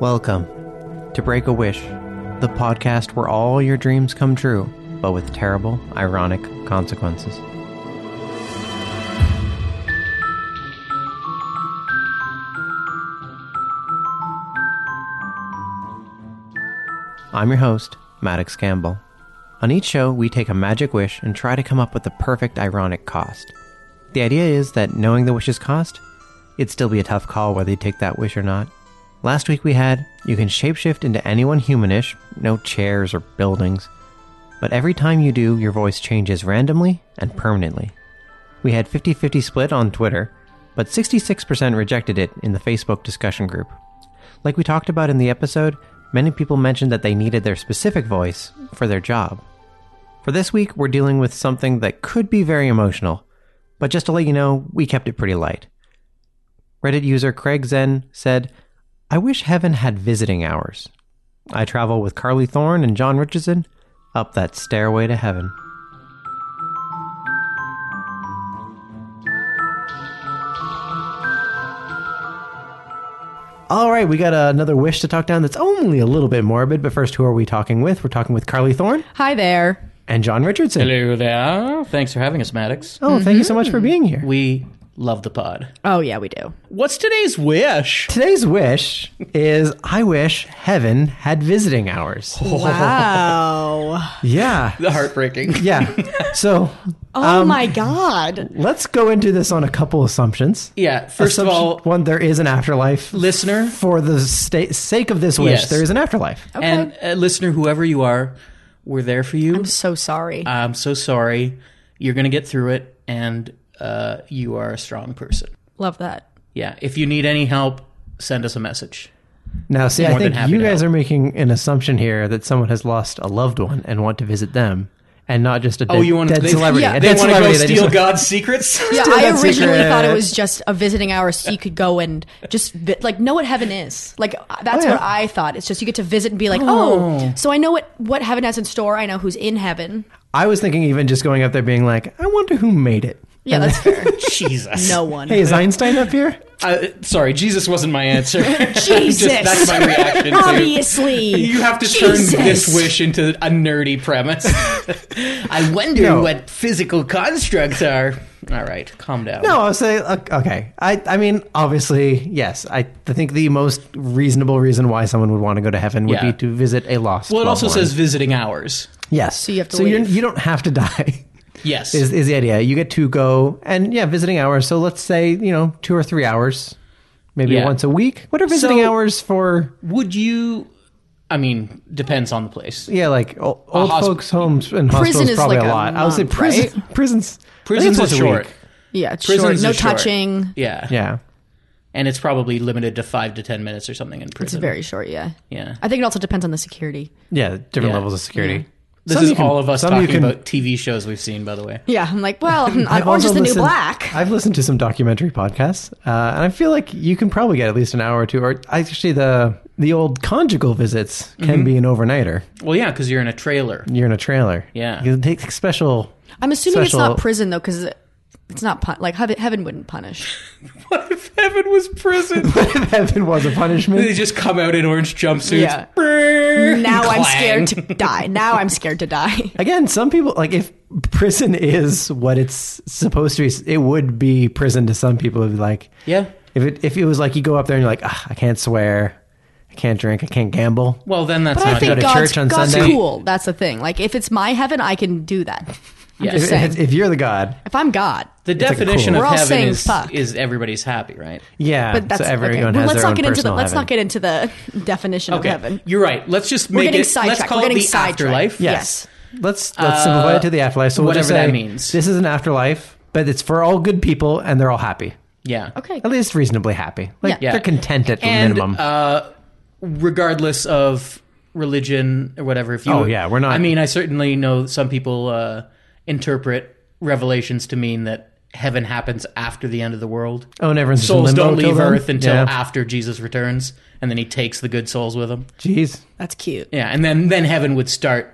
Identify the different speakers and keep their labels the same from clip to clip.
Speaker 1: Welcome to Break a Wish, the podcast where all your dreams come true, but with terrible, ironic consequences. I'm your host, Maddox Campbell. On each show, we take a magic wish and try to come up with the perfect ironic cost. The idea is that knowing the wish's cost, it'd still be a tough call whether you take that wish or not. Last week we had you can shapeshift into anyone humanish, no chairs or buildings, but every time you do, your voice changes randomly and permanently. We had 50 50 split on Twitter, but 66% rejected it in the Facebook discussion group. Like we talked about in the episode, many people mentioned that they needed their specific voice for their job. For this week, we're dealing with something that could be very emotional, but just to let you know, we kept it pretty light. Reddit user Craig Zen said, I wish heaven had visiting hours. I travel with Carly Thorne and John Richardson up that stairway to heaven. All right, we got another wish to talk down that's only a little bit morbid, but first, who are we talking with? We're talking with Carly Thorne
Speaker 2: Hi there.
Speaker 1: and John Richardson.
Speaker 3: Hello there. Thanks for having us, Maddox.
Speaker 1: Oh, thank you so much for being here.
Speaker 3: We love the pod.
Speaker 2: Oh yeah, we do.
Speaker 3: What's today's wish?
Speaker 1: Today's wish is I wish heaven had visiting hours.
Speaker 2: Wow.
Speaker 1: Yeah.
Speaker 3: Heartbreaking.
Speaker 1: Yeah. So
Speaker 2: oh my god.
Speaker 1: let's go into this on a couple assumptions.
Speaker 3: Yeah. First of
Speaker 1: Assumption
Speaker 3: all,
Speaker 1: one, there is an afterlife.
Speaker 3: listener
Speaker 1: For the sta- sake of this wish,
Speaker 3: Yes.
Speaker 1: there is an afterlife.
Speaker 3: and uh, listener, whoever you are, we're there for you. I'm,
Speaker 2: So sorry.
Speaker 3: so sorry. You're gonna get through it, and uh, you are a strong person.
Speaker 2: Love that.
Speaker 3: Yeah. If you need any help, send us a message.
Speaker 1: Now, see, I
Speaker 3: More than
Speaker 1: think
Speaker 3: happy
Speaker 1: you
Speaker 3: to
Speaker 1: guys are making an assumption here that someone has lost a loved one and want to visit them, and not just a dead,
Speaker 3: Oh, you want
Speaker 1: dead
Speaker 3: they,
Speaker 1: celebrity.
Speaker 2: yeah,
Speaker 1: a
Speaker 3: They
Speaker 1: dead
Speaker 3: want to go
Speaker 1: celebrity that
Speaker 3: steal
Speaker 1: just-
Speaker 3: God's secrets.
Speaker 2: Yeah,
Speaker 1: Still
Speaker 2: I
Speaker 1: that
Speaker 2: originally
Speaker 1: secret.
Speaker 2: thought it was just a visiting hour so you could go and just vi- like know what heaven is. Like uh, that's
Speaker 1: Oh, yeah.
Speaker 2: what I thought. It's just you get to visit and be like, "Oh, so I know what what heaven has in store. I know who's in heaven."
Speaker 1: I was thinking even just going up there being like, I wonder who made it.
Speaker 2: Yeah, that's fair.
Speaker 3: Jesus.
Speaker 2: No one.
Speaker 1: Hey, is Einstein up here?
Speaker 3: I- sorry, Jesus wasn't my answer. Just-
Speaker 2: Jesus.
Speaker 3: that's my reaction. to-
Speaker 2: Obviously.
Speaker 3: You have to
Speaker 2: Jesus.
Speaker 3: turn this wish into a nerdy premise. I wonder
Speaker 1: No.
Speaker 3: what physical constructs are. All right, calm down.
Speaker 1: No, I'll say uh, okay. I I mean, obviously, yes. I I think the most reasonable reason why someone would want to go to heaven would
Speaker 3: Yeah.
Speaker 1: be to visit a lost.
Speaker 3: Well, it
Speaker 1: loved
Speaker 3: also
Speaker 1: one.
Speaker 3: says visiting hours.
Speaker 1: yes. So
Speaker 2: you have to
Speaker 1: you
Speaker 2: leave.
Speaker 1: you don't have to die.
Speaker 3: Yes.
Speaker 1: Is is the idea? You get to go and yeah, visiting hours. So let's say you know two or three hours, maybe
Speaker 3: Yeah.
Speaker 1: once a week. What are visiting
Speaker 3: So-
Speaker 1: hours for?
Speaker 3: Would you? I mean, depends on the place.
Speaker 1: Yeah, like o- old
Speaker 3: hosp-
Speaker 1: folks' homes and hospitals
Speaker 2: is
Speaker 1: probably
Speaker 2: like
Speaker 1: a
Speaker 2: a
Speaker 1: lot. I would say
Speaker 2: month,
Speaker 1: prison,
Speaker 2: right?
Speaker 1: prisons. I think it's
Speaker 3: Prisons
Speaker 1: once
Speaker 3: is
Speaker 1: a
Speaker 3: short.
Speaker 1: week.
Speaker 2: yeah, it's short.
Speaker 3: Prisons
Speaker 2: No
Speaker 3: is short.
Speaker 2: touching.
Speaker 3: Yeah.
Speaker 1: Yeah.
Speaker 3: And it's probably limited to five to ten minutes or something in prison.
Speaker 2: It's very short, yeah.
Speaker 3: yeah.
Speaker 2: I think it also depends on the security.
Speaker 1: Yeah, different
Speaker 3: Yeah.
Speaker 1: levels of security.
Speaker 3: This
Speaker 1: Some
Speaker 3: is
Speaker 1: you can-
Speaker 3: all of us
Speaker 1: some you
Speaker 3: talking
Speaker 1: can-
Speaker 3: about TV shows we've seen, by the way.
Speaker 2: Yeah, I'm like, well,
Speaker 1: I've
Speaker 2: Orange
Speaker 1: also
Speaker 2: is the New
Speaker 1: listened-
Speaker 2: Black.
Speaker 1: I've listened to some documentary podcasts, uh, and I feel like you can probably get at least an hour or two. Or actually, the the old conjugal visits can
Speaker 3: Mm-hmm.
Speaker 1: be an overnighter.
Speaker 3: Well, yeah, because you're in a trailer.
Speaker 1: You're in a trailer.
Speaker 3: Yeah.
Speaker 1: you take special.
Speaker 2: I'm assuming it's
Speaker 1: special-
Speaker 2: not prison though, because it's not pun- like heaven, heaven wouldn't punish.
Speaker 3: What if heaven was prison?
Speaker 1: Heaven was a
Speaker 3: they
Speaker 1: punishment.
Speaker 3: just come out in orange jumpsuits.
Speaker 2: Yeah.
Speaker 3: Brrr.
Speaker 2: Now I'm
Speaker 3: Clang.
Speaker 2: scared to die. Now I'm scared to die.
Speaker 1: Again, some people like if prison is what it's supposed to be, it would be prison to some people. It'd be like,
Speaker 3: Yeah.
Speaker 1: if it if it was like you go up there and you're like, ah, I can't swear, I can't drink, I can't gamble.
Speaker 3: Well, then that's
Speaker 2: But I
Speaker 3: not
Speaker 2: think
Speaker 1: to
Speaker 3: good.
Speaker 2: God's,
Speaker 1: church on
Speaker 2: God's
Speaker 1: Sunday.
Speaker 2: cool. That's the thing. Like if it's my heaven, I can do that. I'm
Speaker 3: Yeah.
Speaker 2: just
Speaker 1: If,
Speaker 2: saying.
Speaker 1: if, if you're the god,
Speaker 2: If I'm God,
Speaker 3: The
Speaker 1: like a
Speaker 3: definition
Speaker 1: cool-
Speaker 2: We're all
Speaker 3: of heaven
Speaker 2: saying
Speaker 3: is,
Speaker 2: fuck.
Speaker 3: is everybody's happy, right?
Speaker 1: yeah.
Speaker 2: but that's
Speaker 1: so everyone
Speaker 2: okay.
Speaker 1: has
Speaker 2: Well, let's
Speaker 1: their
Speaker 2: not
Speaker 1: own
Speaker 2: get into the
Speaker 1: personal
Speaker 2: let's
Speaker 1: heaven.
Speaker 2: not get into the definition
Speaker 3: Okay,
Speaker 2: of heaven.
Speaker 3: you're right. Let's just
Speaker 2: We're
Speaker 3: make
Speaker 2: getting
Speaker 3: it. Let's
Speaker 2: sidetracked.
Speaker 3: call
Speaker 2: We're
Speaker 3: it
Speaker 2: getting
Speaker 3: the
Speaker 2: sidetracked.
Speaker 3: afterlife.
Speaker 2: Yes.
Speaker 1: Let's let's simplify it to the afterlife. So we'll
Speaker 3: Uh, whatever
Speaker 1: just say,
Speaker 3: that means.
Speaker 1: This is an afterlife, but it's for all good people, and they're all happy.
Speaker 3: Yeah.
Speaker 2: Okay.
Speaker 1: At least reasonably happy. Like
Speaker 2: Yeah.
Speaker 1: they're content at the
Speaker 3: And
Speaker 1: minimum.
Speaker 3: uh, regardless of religion or whatever, if you
Speaker 1: Oh, yeah, we're not-
Speaker 3: I mean, I certainly know some people uh, interpret revelations to mean that heaven happens after the end of the world.
Speaker 1: oh, and everyone's just in
Speaker 3: souls
Speaker 1: limbo
Speaker 3: don't
Speaker 1: till
Speaker 3: leave
Speaker 1: then?
Speaker 3: Earth until
Speaker 1: yeah.
Speaker 3: after Jesus returns, and then he takes the good souls with him.
Speaker 1: Jeez.
Speaker 2: That's cute.
Speaker 3: Yeah, and then then heaven would start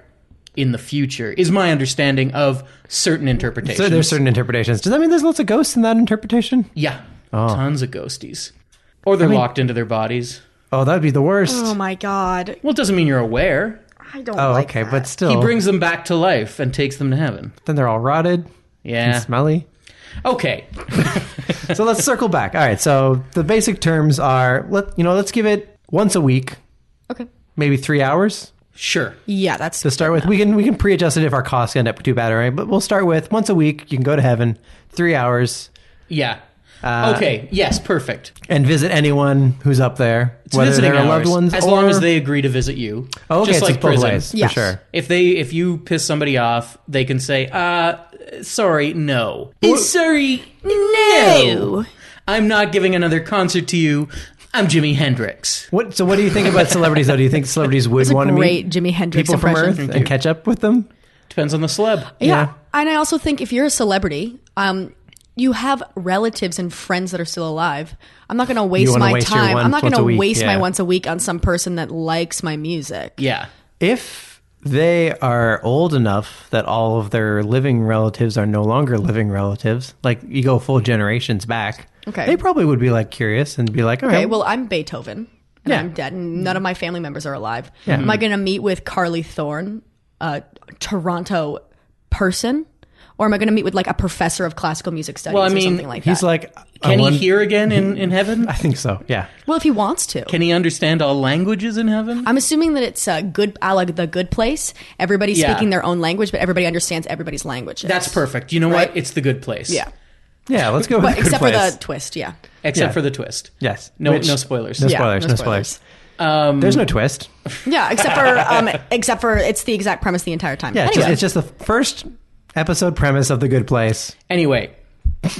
Speaker 3: in the future. Is my understanding of certain interpretations.
Speaker 1: So there's certain interpretations. Does that mean there's lots of ghosts in that interpretation?
Speaker 3: yeah, tons of ghosties, or they're locked into their bodies.
Speaker 1: Oh, that'd be the worst.
Speaker 2: Oh my god.
Speaker 3: Well, it doesn't mean you're aware.
Speaker 2: I don't
Speaker 1: oh,
Speaker 2: like
Speaker 1: okay,
Speaker 2: that.
Speaker 1: but still,
Speaker 3: He brings them back to life and takes them to heaven.
Speaker 1: then they're all rotted,
Speaker 3: Yeah.
Speaker 1: smelly.
Speaker 3: Okay.
Speaker 1: so let's circle back. All right. So the basic terms are let you know let's give it once a week,
Speaker 2: Okay.
Speaker 1: maybe three hours
Speaker 3: Sure.
Speaker 2: Yeah, that's
Speaker 1: to start with. We can we can pre-adjust it if our costs end up too bad, all right? But we'll start with once a week. You can go to heaven, three hours,
Speaker 3: Yeah.
Speaker 1: Uh,
Speaker 3: okay. Yes. Perfect.
Speaker 1: and visit anyone who's up there,
Speaker 3: It's
Speaker 1: whether
Speaker 3: visiting
Speaker 1: they're loved
Speaker 3: hours,
Speaker 1: ones
Speaker 3: as
Speaker 1: or
Speaker 3: long as they agree to visit you.
Speaker 1: oh, okay,
Speaker 3: Just
Speaker 1: so
Speaker 3: like
Speaker 1: it's both
Speaker 3: prison.
Speaker 1: ways
Speaker 2: Yes.
Speaker 1: for sure.
Speaker 3: If they if you piss somebody off, they can say, "Uh, sorry, no. Uh, sorry, no. I'm not giving another concert to you. I'm Jimi Hendrix."
Speaker 1: What? So what do you think about celebrities though? Do you think celebrities would
Speaker 2: a
Speaker 1: want to
Speaker 2: great
Speaker 1: meet
Speaker 2: Jimi Hendrix
Speaker 1: people from
Speaker 2: impression.
Speaker 1: Earth and catch up with them?
Speaker 3: Depends on the celeb.
Speaker 2: Yeah.
Speaker 1: Yeah.
Speaker 2: And I also think if you're a celebrity, um, you have relatives and friends that are still alive. I'm not going to waste
Speaker 1: wanna
Speaker 2: my
Speaker 1: waste your
Speaker 2: time.
Speaker 1: once-
Speaker 2: I'm not going
Speaker 1: once a
Speaker 2: to
Speaker 1: week,
Speaker 2: waste my
Speaker 1: yeah.
Speaker 2: once a week on some person that likes my music.
Speaker 3: Yeah.
Speaker 1: If they are old enough that all of their living relatives are no longer living relatives, like you go full generations back,
Speaker 2: Okay.
Speaker 1: they probably would be like curious and be like, all right,
Speaker 2: Okay, well, I'm Beethoven. And
Speaker 1: Yeah.
Speaker 2: I'm dead, and none of my family members are alive. Am I going to meet with Carly Thorne, a Toronto person, or am I going to meet with like a professor of classical music studies
Speaker 3: Well, I
Speaker 2: or
Speaker 3: mean,
Speaker 2: something like
Speaker 1: he's
Speaker 2: that?
Speaker 1: like, I
Speaker 3: Can he
Speaker 1: won-
Speaker 3: hear again in in heaven?
Speaker 1: I think so. Yeah.
Speaker 2: well, if he wants to,
Speaker 3: Can he understand all languages in heaven?
Speaker 2: I'm assuming that it's a good, a la the good place. Everybody's
Speaker 3: Yeah.
Speaker 2: speaking their own language, but everybody understands everybody's language.
Speaker 3: That's perfect. You know
Speaker 2: Right.
Speaker 3: what? It's the good place.
Speaker 2: yeah,
Speaker 1: Yeah. Let's go. With
Speaker 2: but
Speaker 1: the
Speaker 2: except
Speaker 1: good
Speaker 2: for
Speaker 1: place.
Speaker 2: the twist. Yeah,
Speaker 3: Except
Speaker 1: Yeah.
Speaker 3: for the twist.
Speaker 1: yes.
Speaker 3: No.
Speaker 1: Which-
Speaker 3: no spoilers. Um,
Speaker 1: No
Speaker 2: Yeah,
Speaker 1: spoilers.
Speaker 2: no
Speaker 1: No spoilers. There's no twist.
Speaker 2: yeah, except for um, except for it's the exact premise the entire time.
Speaker 1: Yeah. It's, just,
Speaker 2: anyway,
Speaker 1: it's just the first episode premise of the Good Place.
Speaker 3: Anyway,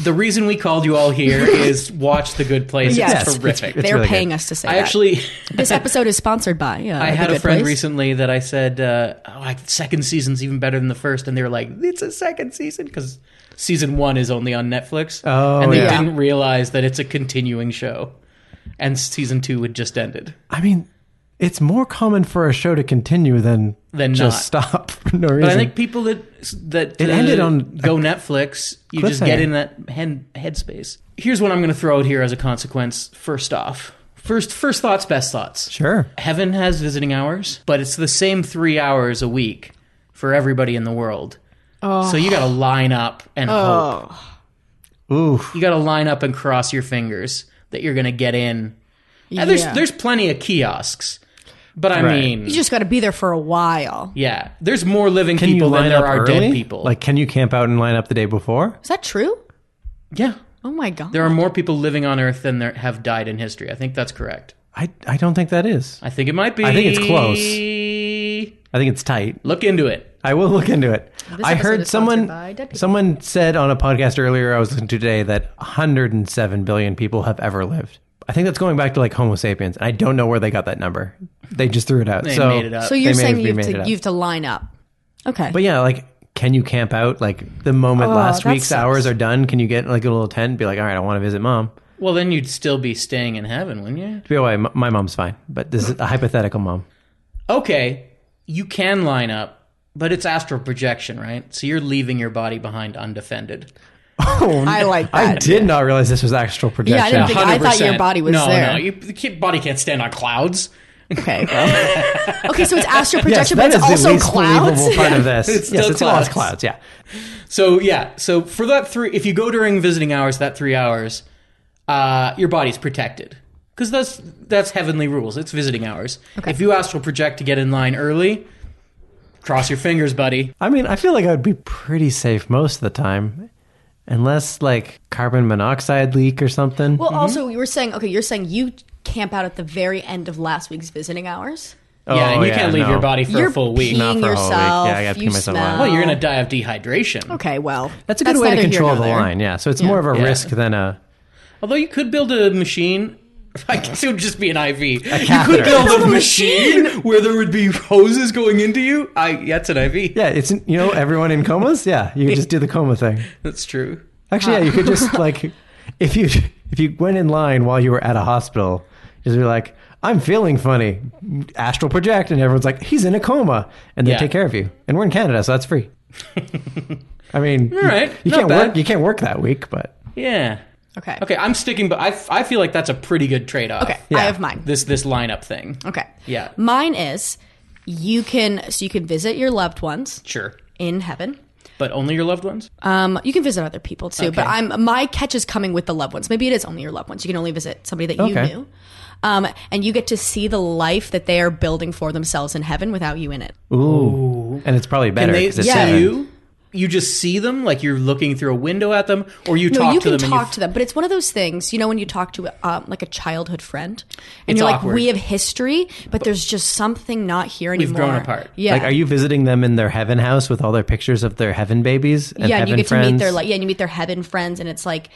Speaker 3: the reason we called you all here is watch the good place.
Speaker 2: Yes.
Speaker 3: It's
Speaker 1: Yes.
Speaker 3: terrific.
Speaker 1: It's
Speaker 2: they're
Speaker 1: really
Speaker 2: paying
Speaker 1: good.
Speaker 2: us to say
Speaker 3: I
Speaker 2: that.
Speaker 3: actually.
Speaker 2: this episode is sponsored by. Uh,
Speaker 3: I
Speaker 2: The
Speaker 3: had a
Speaker 2: Good
Speaker 3: friend
Speaker 2: Place.
Speaker 3: recently that I said, uh, "Oh, I, second season's even better than the first. and they were like, "It's a second season because season one is only on Netflix."
Speaker 1: Oh,
Speaker 3: and they
Speaker 1: yeah.
Speaker 3: didn't realize that it's a continuing show, and season two had just ended.
Speaker 1: I mean, it's more common for a show to continue than
Speaker 3: Than
Speaker 1: just stop for no reason.
Speaker 3: But I think people that that
Speaker 1: It
Speaker 3: uh,
Speaker 1: ended on
Speaker 3: go Netflix, you just
Speaker 1: cliffhanger.
Speaker 3: get in that head, headspace. Here's what I'm going to throw out here as a consequence. First off, first first thoughts, best thoughts.
Speaker 1: sure.
Speaker 3: Heaven has visiting hours, but it's the same three hours a week for everybody in the world.
Speaker 2: Oh.
Speaker 3: So you got to line up and hope.
Speaker 1: Ooh.
Speaker 3: You got to line up and cross your fingers that you're going to get in. And there's
Speaker 2: Yeah.
Speaker 3: there's plenty of kiosks, but I
Speaker 1: Right.
Speaker 3: mean,
Speaker 2: You just got to be there for a while.
Speaker 3: yeah, there's more living
Speaker 1: Can
Speaker 3: people
Speaker 1: you
Speaker 3: than
Speaker 1: line
Speaker 3: there
Speaker 1: up
Speaker 3: are
Speaker 1: early?
Speaker 3: dead people.
Speaker 1: Like, can you camp out and line up the day before?
Speaker 2: Is that true?
Speaker 3: yeah,
Speaker 2: Oh my god.
Speaker 3: there are more people living on Earth than there have died in history. I think that's correct.
Speaker 1: I, I don't think that is.
Speaker 3: I think it might be.
Speaker 1: I think it's
Speaker 3: close.
Speaker 1: I think it's tight.
Speaker 3: Look into it.
Speaker 1: I will look into it. I
Speaker 2: episode
Speaker 1: heard
Speaker 2: is sponsored by
Speaker 1: someone
Speaker 2: dead people.
Speaker 1: someone said on a podcast earlier I was listening to today that 107 billion people have ever lived. I think that's going back to like Homo sapiens. I don't know where they got that number. They just threw it out.
Speaker 3: They
Speaker 1: so,
Speaker 3: made it up.
Speaker 2: so you're
Speaker 1: they may
Speaker 2: saying
Speaker 1: have
Speaker 2: you have,
Speaker 1: remade it
Speaker 2: to,
Speaker 1: up.
Speaker 2: you have to line up. Okay.
Speaker 1: But yeah, like, can you camp out? Like, the moment
Speaker 2: Oh,
Speaker 1: last
Speaker 2: that
Speaker 1: week's
Speaker 2: sucks.
Speaker 1: hours are done, can you get like a little tent? And be like, all right, I want to visit mom.
Speaker 3: Well, then you'd still be staying in heaven, wouldn't you?
Speaker 1: Be away. My mom's fine, but this is a hypothetical mom.
Speaker 3: okay, you can line up, but it's astral projection, right? So you're leaving your body behind undefended.
Speaker 1: Oh,
Speaker 2: I like
Speaker 1: I
Speaker 2: that.
Speaker 1: did not realize this was astral projection.
Speaker 2: Yeah, I didn't think- I thought your body was
Speaker 3: no,
Speaker 2: there.
Speaker 3: No, you, the kid- body can't stand on clouds.
Speaker 2: okay. okay, so it's astral
Speaker 1: Yes,
Speaker 2: projection,
Speaker 1: that
Speaker 2: but it's
Speaker 1: is the
Speaker 2: also
Speaker 1: least
Speaker 2: clouds.
Speaker 1: believable part of this.
Speaker 3: It's
Speaker 1: yes,
Speaker 3: still
Speaker 1: it's all- it's clouds.
Speaker 3: clouds.
Speaker 1: Yeah,
Speaker 3: So yeah, so for that three, if you go during visiting hours, that three hours, uh, your body's protected because that's that's heavenly rules. It's visiting hours.
Speaker 2: Okay.
Speaker 3: If you astral project to get in line early, cross your fingers, buddy.
Speaker 1: I mean, I feel like I would be pretty safe most of the time, unless like carbon monoxide leak or something.
Speaker 2: Well, also you were saying okay, you're saying you camp out at the very end of last week's visiting hours.
Speaker 1: oh,
Speaker 3: yeah, and you can't leave
Speaker 1: no.
Speaker 3: your body for
Speaker 2: you're
Speaker 3: a full week.
Speaker 1: Not
Speaker 2: peeing
Speaker 1: for a whole week. Yeah,
Speaker 2: yourself.
Speaker 1: I gotta pee
Speaker 2: you
Speaker 1: myself a lot.
Speaker 2: smell.
Speaker 3: Well, you're gonna die of dehydration.
Speaker 2: Okay, well,
Speaker 1: That's a good way to
Speaker 2: neither here
Speaker 1: control
Speaker 2: nor
Speaker 1: the
Speaker 2: there.
Speaker 1: line. Yeah, so it's more of a
Speaker 3: Yeah.
Speaker 1: risk than a.
Speaker 3: Although you could build a machine. I guess it would just be an IV. you
Speaker 1: catheter.
Speaker 3: could build a
Speaker 2: Build a
Speaker 3: machine where there would be hoses going into you. I that's an IV.
Speaker 1: Yeah, it's you know everyone in comas. Yeah, you just do the coma thing.
Speaker 3: That's true.
Speaker 1: Actually, yeah, you could just like if you if you went in line while you were at a hospital, just be like, "I'm feeling funny," astral project, and everyone's like, "He's in a coma," and they
Speaker 3: Yeah.
Speaker 1: take care of you. And we're in Canada, so that's free. I mean,
Speaker 3: All right,
Speaker 1: you
Speaker 3: not
Speaker 1: can't
Speaker 3: bad.
Speaker 1: work. You can't work that week, but
Speaker 3: Yeah.
Speaker 2: Okay.
Speaker 3: Okay, I'm sticking, but I, f- I feel like that's a pretty good trade off.
Speaker 2: Okay. I
Speaker 1: Yeah.
Speaker 2: have mine.
Speaker 3: This this lineup thing.
Speaker 2: Okay.
Speaker 3: Yeah.
Speaker 2: Mine is you can so you can visit your loved ones
Speaker 3: Sure.
Speaker 2: in heaven.
Speaker 3: But only your loved ones?
Speaker 2: Um, you can visit other people too, but
Speaker 3: Okay.
Speaker 2: I'm my catch is coming with the loved ones. Maybe it is only your loved ones. You can only visit somebody that you
Speaker 1: Okay.
Speaker 2: knew. Um, and you get to see the life that they are building for themselves in heaven without you in it.
Speaker 1: Ooh. And it's probably better
Speaker 3: And they
Speaker 1: 'cause it's
Speaker 3: see
Speaker 2: yeah.
Speaker 1: seven.
Speaker 3: you? You just see them like you're looking through a window at them, or you
Speaker 2: No,
Speaker 3: talk
Speaker 2: you
Speaker 3: to
Speaker 2: can
Speaker 3: them
Speaker 2: talk
Speaker 3: and you
Speaker 2: to them, but it's one of those things, you know, when you talk to um, like a childhood friend, and
Speaker 3: It's
Speaker 2: you're like,
Speaker 3: awkward.
Speaker 2: "We have history, but, there's just something not here anymore."
Speaker 3: We've grown apart.
Speaker 2: Yeah,
Speaker 1: Like, are you visiting them in their heaven house with all their pictures of their heaven babies and
Speaker 2: yeah, and
Speaker 1: heaven
Speaker 2: you get
Speaker 1: friends?
Speaker 2: to meet their like yeah, and you meet their heaven friends, and it's like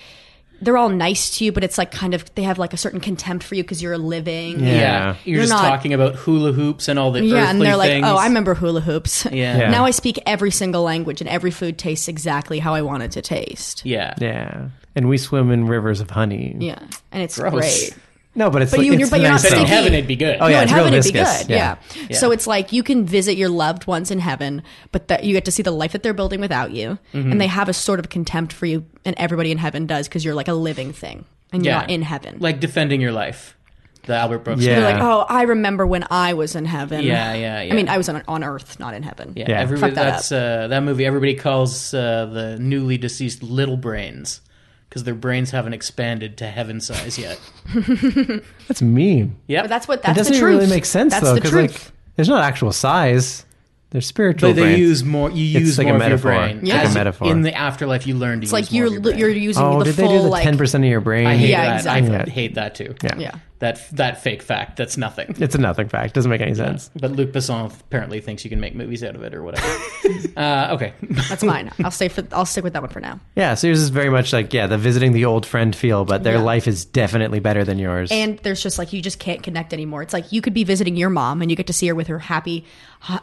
Speaker 2: they're all nice to you, but it's like kind of they have like a certain contempt for you because you're living.
Speaker 1: Yeah.
Speaker 3: Yeah. You're,
Speaker 2: You're
Speaker 3: just
Speaker 2: not-
Speaker 3: talking about hula hoops and all the
Speaker 2: Yeah,
Speaker 3: earthly
Speaker 2: and they're like,
Speaker 3: things.
Speaker 2: "Oh, I remember hula hoops."
Speaker 3: Yeah.
Speaker 1: Yeah.
Speaker 2: now I speak every single language, and every food tastes exactly how I want it to taste.
Speaker 3: Yeah.
Speaker 1: yeah, and we swim in rivers of honey.
Speaker 2: Yeah, and it's
Speaker 3: Gross.
Speaker 2: great.
Speaker 1: No, but it's
Speaker 2: But
Speaker 1: like,
Speaker 2: you-
Speaker 1: it's
Speaker 2: you're- but you're
Speaker 1: nice
Speaker 2: not
Speaker 3: But in
Speaker 1: though.
Speaker 2: thinking-
Speaker 3: heaven, it'd be good.
Speaker 1: Oh, yeah,
Speaker 2: no, in
Speaker 1: it's real
Speaker 2: heaven it'd be
Speaker 1: viscous.
Speaker 2: good. Yeah.
Speaker 3: Yeah.
Speaker 2: So it's like you can visit your loved ones in heaven, but that you get to see the life that they're building without you,
Speaker 1: Mm-hmm.
Speaker 2: and they have a sort of contempt for you, and everybody in heaven does because you're like a living thing, and you're
Speaker 3: Yeah.
Speaker 2: not in heaven.
Speaker 3: Like defending your life. The Albert Brooks.
Speaker 1: Yeah.
Speaker 2: You're like, oh, I remember when I was in heaven.
Speaker 3: Yeah, yeah, yeah.
Speaker 2: I mean, I was on on Earth, not in heaven.
Speaker 3: Yeah,
Speaker 1: Yeah.
Speaker 3: everybody,
Speaker 2: Fuck that
Speaker 3: that's uh, that movie. Everybody calls uh, the newly deceased little brains because their brains haven't expanded to heaven size yet.
Speaker 1: That's mean.
Speaker 3: Yeah,
Speaker 2: But that's what
Speaker 1: That
Speaker 2: that's
Speaker 1: doesn't
Speaker 2: the
Speaker 1: even
Speaker 2: truth.
Speaker 1: really make sense
Speaker 2: that's
Speaker 1: though,
Speaker 2: the
Speaker 1: because
Speaker 2: truth.
Speaker 1: like, there's not actual size. They're spiritual.
Speaker 3: But they
Speaker 1: brains.
Speaker 3: use more. You
Speaker 1: It's
Speaker 3: use
Speaker 1: like a
Speaker 3: more of your
Speaker 1: metaphor.
Speaker 3: brain.
Speaker 1: It's like
Speaker 2: a
Speaker 3: As
Speaker 1: metaphor.
Speaker 3: In the afterlife, you learn to
Speaker 2: it's
Speaker 3: use
Speaker 2: like
Speaker 3: more
Speaker 2: you're
Speaker 3: of your brain.
Speaker 2: you're using
Speaker 1: Oh,
Speaker 2: the
Speaker 1: did
Speaker 2: full
Speaker 1: they do the
Speaker 2: like
Speaker 1: ten percent of your brain?
Speaker 3: I hate
Speaker 2: Yeah,
Speaker 3: that. I
Speaker 2: exactly.
Speaker 3: hate that too.
Speaker 1: Yeah.
Speaker 2: yeah.
Speaker 3: That that fake fact. That's nothing.
Speaker 1: It's a nothing fact. Doesn't make any sense.
Speaker 3: But Luc Besson apparently thinks you can make movies out of it or whatever. uh, okay.
Speaker 2: That's mine. I'll stay for I'll stick with that one for now.
Speaker 1: Yeah, so yours is very much like yeah, the visiting the old friend feel, but their
Speaker 2: Yeah.
Speaker 1: life is definitely better than yours.
Speaker 2: and there's just like you just can't connect anymore. It's like you could be visiting your mom and you get to see her with her happy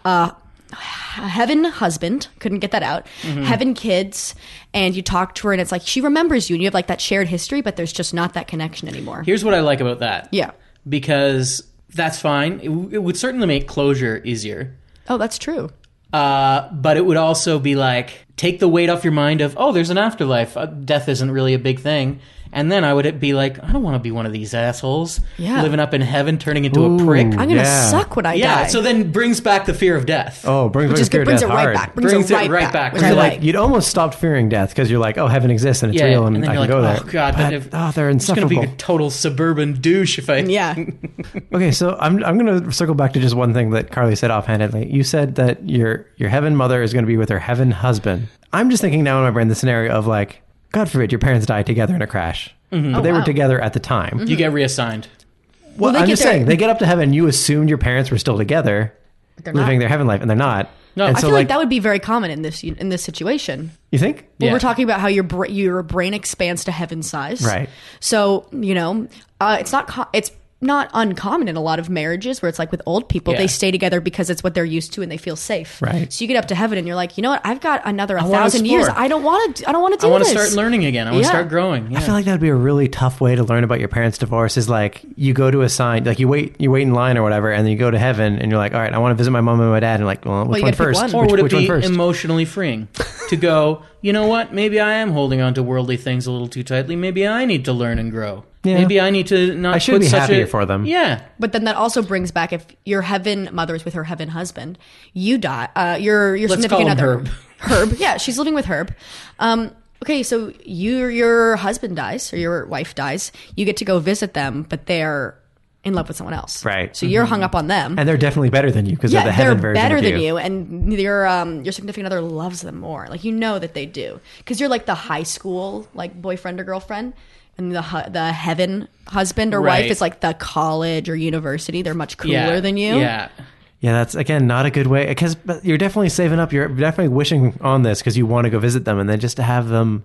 Speaker 2: uh heaven husband couldn't get that out heaven kids and you talk to her and it's like she remembers you and you have like that shared history but there's just not that connection anymore
Speaker 3: Here's what I like about that.
Speaker 2: yeah
Speaker 3: Because that's fine. It, w- it would certainly make closure easier.
Speaker 2: oh that's true
Speaker 3: Uh, but it would also be like take the weight off your mind of oh, there's an afterlife. Uh, death isn't really a big thing. And then I would be like, I don't want to be one of these assholes
Speaker 2: Yeah.
Speaker 3: living up in heaven, turning into a
Speaker 1: Ooh.
Speaker 3: prick.
Speaker 2: i'm gonna
Speaker 1: Yeah.
Speaker 2: suck when i
Speaker 3: yeah.
Speaker 2: die
Speaker 3: So then brings back the fear of death.
Speaker 1: oh, brings
Speaker 2: which
Speaker 1: back
Speaker 2: is
Speaker 1: fear
Speaker 2: good
Speaker 1: of
Speaker 2: brings it
Speaker 1: death
Speaker 2: right
Speaker 1: hard.
Speaker 2: back brings,
Speaker 3: Brings
Speaker 2: it right back, which
Speaker 3: Brings
Speaker 2: i
Speaker 3: it
Speaker 2: like
Speaker 1: You'd almost stopped fearing death because you're like, oh, heaven exists and it's
Speaker 3: Yeah,
Speaker 1: real, and,
Speaker 3: and then
Speaker 1: I
Speaker 3: you're
Speaker 1: can go
Speaker 3: like,
Speaker 1: there.
Speaker 3: oh god,
Speaker 1: But,
Speaker 3: if-
Speaker 1: oh, they're
Speaker 3: it's gonna be
Speaker 1: insufferable.
Speaker 3: a total suburban douche if I
Speaker 2: yeah
Speaker 1: Okay, so I'm I'm gonna circle back to just one thing that Carly said offhandedly. You said that your your heaven mother is gonna be with her heaven husband. I'm just thinking now in my brain the scenario of like, God forbid, your parents die together in a crash, but they were
Speaker 2: Mm-hmm. Oh, wow. Mm-hmm.
Speaker 1: together at the time.
Speaker 3: you get reassigned.
Speaker 1: Well,
Speaker 2: they
Speaker 1: I'm
Speaker 2: get
Speaker 1: just
Speaker 2: their-
Speaker 1: saying they get up to heaven. You assumed your parents were still together,
Speaker 2: They're
Speaker 1: living
Speaker 2: not.
Speaker 1: their heaven life, and they're not.
Speaker 3: No.
Speaker 1: and
Speaker 2: i
Speaker 1: so
Speaker 2: feel
Speaker 1: like,
Speaker 2: like that would be very common in this in this situation
Speaker 1: you think?
Speaker 2: Well,
Speaker 3: Yeah.
Speaker 2: we're talking about how your bra- your brain expands to heaven size,
Speaker 1: Right.
Speaker 2: So you know, uh, it's not co- it's not uncommon in a lot of marriages where it's like with old people,
Speaker 3: Yeah.
Speaker 2: they stay together because it's what they're used to and they feel safe.
Speaker 1: Right.
Speaker 2: So you get up to heaven and you're like, you know what? I've got another a
Speaker 3: wanna
Speaker 2: thousand years.
Speaker 3: explore.
Speaker 2: I don't want to. I don't want to
Speaker 3: I
Speaker 2: do
Speaker 3: want to
Speaker 2: this.
Speaker 3: start learning again. I want to
Speaker 2: Yeah.
Speaker 3: start growing.
Speaker 1: I feel like that would be a really tough way to learn about your parents' divorce. Is like you go to a sign, like you wait, you wait in line or whatever, and then you go to heaven, and you're like, all right, I want to visit my mom and my dad, and like, well, which
Speaker 2: you
Speaker 1: one
Speaker 2: gotta pick
Speaker 1: first?
Speaker 2: one.
Speaker 3: or
Speaker 1: Which,
Speaker 3: would it
Speaker 1: which
Speaker 3: be
Speaker 1: one first?
Speaker 3: emotionally freeing to go, you know what, maybe I am holding on to worldly things a little too tightly. Maybe I need to learn and grow.
Speaker 1: Yeah.
Speaker 3: Maybe I need to not
Speaker 1: I should
Speaker 3: put
Speaker 1: be
Speaker 3: such
Speaker 1: happier
Speaker 3: a,
Speaker 1: for them.
Speaker 3: Yeah.
Speaker 2: But then that also brings back if your heaven mother is with her heaven husband, you die. Uh, your your
Speaker 3: Let's
Speaker 2: significant
Speaker 3: call
Speaker 2: other,
Speaker 3: him Herb.
Speaker 2: Herb. Yeah, she's living with Herb. Um, okay, so you your husband dies or your wife dies. You get to go visit them, but they're in love with someone else.
Speaker 1: Right.
Speaker 2: So you're
Speaker 3: Mm-hmm.
Speaker 2: hung up on them.
Speaker 1: and they're definitely better than you because
Speaker 2: yeah,
Speaker 1: they're the
Speaker 2: they're
Speaker 1: heaven version
Speaker 2: better
Speaker 1: of
Speaker 2: than you, and your um, your significant other loves them more. Like you know that they do, because you're like the high school like boyfriend or girlfriend, and the hu- the heaven husband or
Speaker 3: Right.
Speaker 2: wife is like the college or university. They're much cooler
Speaker 3: Yeah.
Speaker 2: than you.
Speaker 3: Yeah.
Speaker 1: Yeah, that's again not a good way because you're definitely saving up. You're definitely wishing on this because you want to go visit them, and then just to have them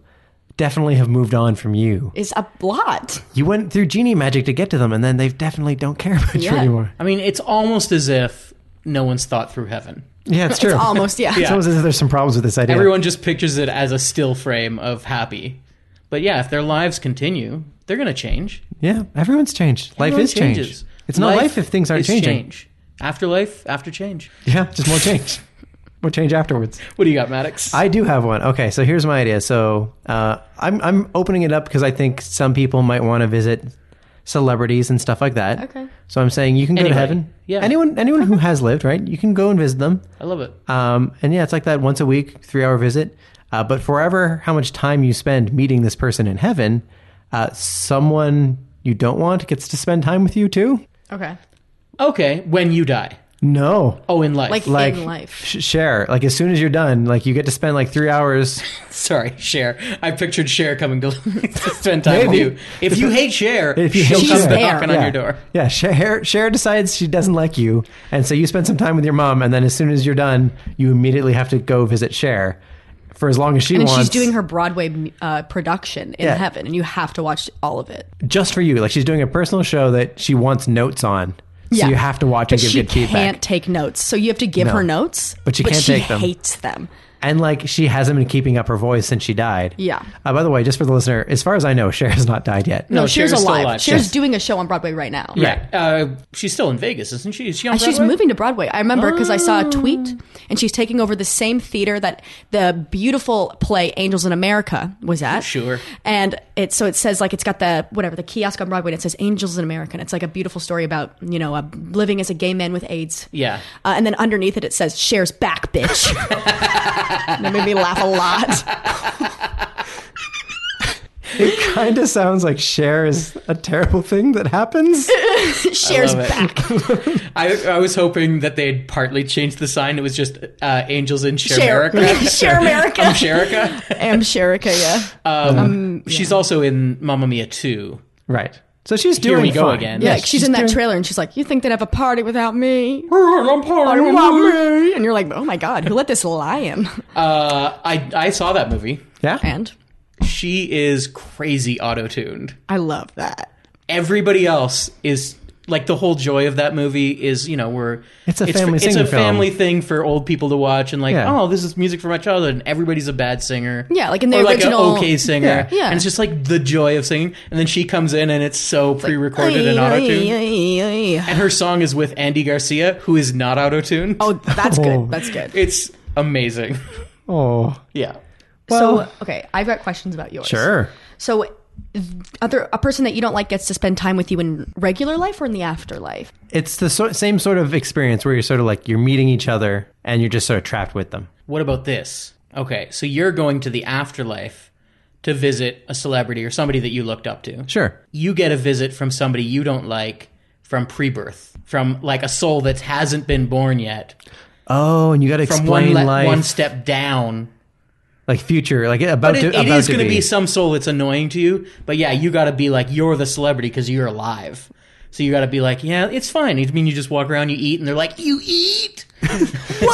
Speaker 1: definitely have moved on from you.
Speaker 2: is a lot.
Speaker 1: You went through genie magic to get to them, and then they definitely don't care about you
Speaker 2: Yeah.
Speaker 1: anymore.
Speaker 3: I mean, it's almost as if no one's thought through heaven.
Speaker 1: Yeah, it's true.
Speaker 2: It's almost yeah.
Speaker 1: It's almost as if there's some problems with this idea.
Speaker 3: Everyone just pictures it as a still frame of happy. But yeah, if their lives continue, they're going to change.
Speaker 1: yeah, everyone's changed. life
Speaker 3: Everyone
Speaker 1: is
Speaker 3: changes.
Speaker 1: changed. It's not life, if things aren't
Speaker 3: is
Speaker 1: changing.
Speaker 3: Change. Afterlife, after change.
Speaker 1: Yeah, just more change.
Speaker 4: We'll change afterwards.
Speaker 3: What do you got, Maddox?
Speaker 1: I do have one. Okay, so here's my idea. So uh, I'm I'm opening it up because I think some people might want to visit celebrities and stuff like that.
Speaker 2: Okay.
Speaker 1: So I'm saying you can go
Speaker 3: Anybody.
Speaker 1: to heaven.
Speaker 3: Yeah.
Speaker 1: Anyone anyone who has lived, right? You can go and visit them.
Speaker 3: I love it.
Speaker 1: Um, and yeah, it's like that once a week, three hour visit. Uh, but forever, how much time you spend meeting this person in heaven, uh, someone you don't want gets to spend time with you too.
Speaker 2: Okay.
Speaker 3: Okay, when you die.
Speaker 1: No.
Speaker 3: Oh, in life.
Speaker 2: Like-
Speaker 1: Like
Speaker 2: In life.
Speaker 1: sh- share like as soon as you're done, like you get to spend like three hours.
Speaker 3: Sorry, Cher. I pictured Cher coming to, to spend time with
Speaker 1: Maybe.
Speaker 3: you. If you hate Cher,
Speaker 1: If you
Speaker 3: she'll
Speaker 1: hate
Speaker 3: come
Speaker 1: Cher.
Speaker 3: knocking on
Speaker 1: Yeah.
Speaker 3: your door.
Speaker 1: Yeah, Cher, Cher decides she doesn't like you, and so you spend some time with your mom, and then as soon as you're done, you immediately have to go visit Cher for as long as she
Speaker 2: And
Speaker 1: wants.
Speaker 2: she's doing her Broadway uh, production in
Speaker 1: Yeah.
Speaker 2: heaven, and you have to watch all of it.
Speaker 1: just for you. Like she's doing a personal show that she wants notes on, so you have to watch
Speaker 2: but
Speaker 1: and give
Speaker 2: she
Speaker 1: good feedback.
Speaker 2: can't take notes, so you have to give
Speaker 1: No.
Speaker 2: her notes.
Speaker 1: But she can't take them.
Speaker 2: hates them.
Speaker 1: And like she hasn't been keeping up her voice since she died.
Speaker 2: Yeah.
Speaker 1: Uh, by the way, just for the listener, as far as I know, Cher has not died yet.
Speaker 2: No,
Speaker 3: No,
Speaker 2: Cher's,
Speaker 3: Cher's still
Speaker 2: alive.
Speaker 3: alive.
Speaker 2: Cher's
Speaker 3: Yes.
Speaker 2: doing a show on Broadway right now.
Speaker 3: Yeah. Uh, she's still in Vegas, isn't she? Is she on
Speaker 2: Uh, She's
Speaker 3: Broadway? Oh.
Speaker 2: moving to Broadway. I remember because I saw a tweet, and she's taking over the same theater that the beautiful play Angels in America was at.
Speaker 3: Sure.
Speaker 2: And it so it says like it's got the whatever the kiosk on Broadway, and it says Angels in America, and it's like a beautiful story about you know uh, living as a gay man with AIDS.
Speaker 3: Yeah.
Speaker 2: Uh, and then underneath it, it says "Shares back, bitch." and it made me laugh a lot.
Speaker 1: It kind of sounds like Cher is a terrible thing that happens.
Speaker 2: Shares
Speaker 3: love it.
Speaker 2: back.
Speaker 3: I, I was hoping that they had partly changed the sign. It was just uh, Angels in Cher
Speaker 2: Share,
Speaker 3: America.
Speaker 2: share America.
Speaker 3: I'm Cherica.
Speaker 2: Am Sherica, yeah.
Speaker 3: Um, She's also in Mamma Mia 2.
Speaker 1: right. So she's
Speaker 3: Here
Speaker 1: doing
Speaker 3: we go
Speaker 1: fine.
Speaker 3: again.
Speaker 2: yeah,
Speaker 3: Yeah,
Speaker 2: like she's, in that trailer and she's like, You think they'd have a party without me? And you're like, Oh my God, who let this lion?
Speaker 3: Uh, I, I saw that movie.
Speaker 1: Yeah.
Speaker 2: And
Speaker 3: She is crazy auto tuned.
Speaker 2: I love that.
Speaker 3: everybody else is like the whole joy of that movie is you know we're
Speaker 1: It's a
Speaker 3: for-
Speaker 1: family
Speaker 3: it's a
Speaker 1: singing film.
Speaker 3: family thing for old people to watch and like
Speaker 1: Yeah.
Speaker 3: oh this is music for my childhood and everybody's a bad singer
Speaker 2: Yeah, like in the
Speaker 3: or like
Speaker 2: original-
Speaker 3: an okay singer
Speaker 1: Yeah.
Speaker 2: Yeah.
Speaker 3: and it's just like the joy of singing and then she comes in and it's so pre-recorded and auto-tuned and her song is with Andy Garcia who is not auto-tuned
Speaker 2: Oh, that's
Speaker 1: Oh.
Speaker 2: good. That's good.
Speaker 3: it's amazing
Speaker 1: Oh.
Speaker 3: yeah
Speaker 2: So,
Speaker 1: Well-
Speaker 2: okay, I've got questions about yours.
Speaker 1: Sure.
Speaker 2: So, other a person that you don't like gets to spend time with you in regular life or in the afterlife?
Speaker 1: It's the so- same sort of experience where you're sort of like you're meeting each other and you're just sort of trapped with them.
Speaker 3: What about this? Okay, so you're going to the afterlife to visit a celebrity or somebody that you looked up to.
Speaker 1: Sure.
Speaker 3: You get a visit from somebody you don't like from pre birth, from like a soul that hasn't been born yet,
Speaker 1: Oh, and you got to
Speaker 3: from
Speaker 1: explain
Speaker 3: one, le-
Speaker 1: life,
Speaker 3: one step down.
Speaker 1: like future, like about
Speaker 3: But it,
Speaker 1: to
Speaker 3: it
Speaker 1: about
Speaker 3: is
Speaker 1: to
Speaker 3: going to
Speaker 1: be
Speaker 3: be some soul that's annoying to you. But yeah, you got to be like, you're the celebrity because you're alive. So you got to be like, yeah, it's fine. I mean, you just walk around, you eat, and they're like, you eat?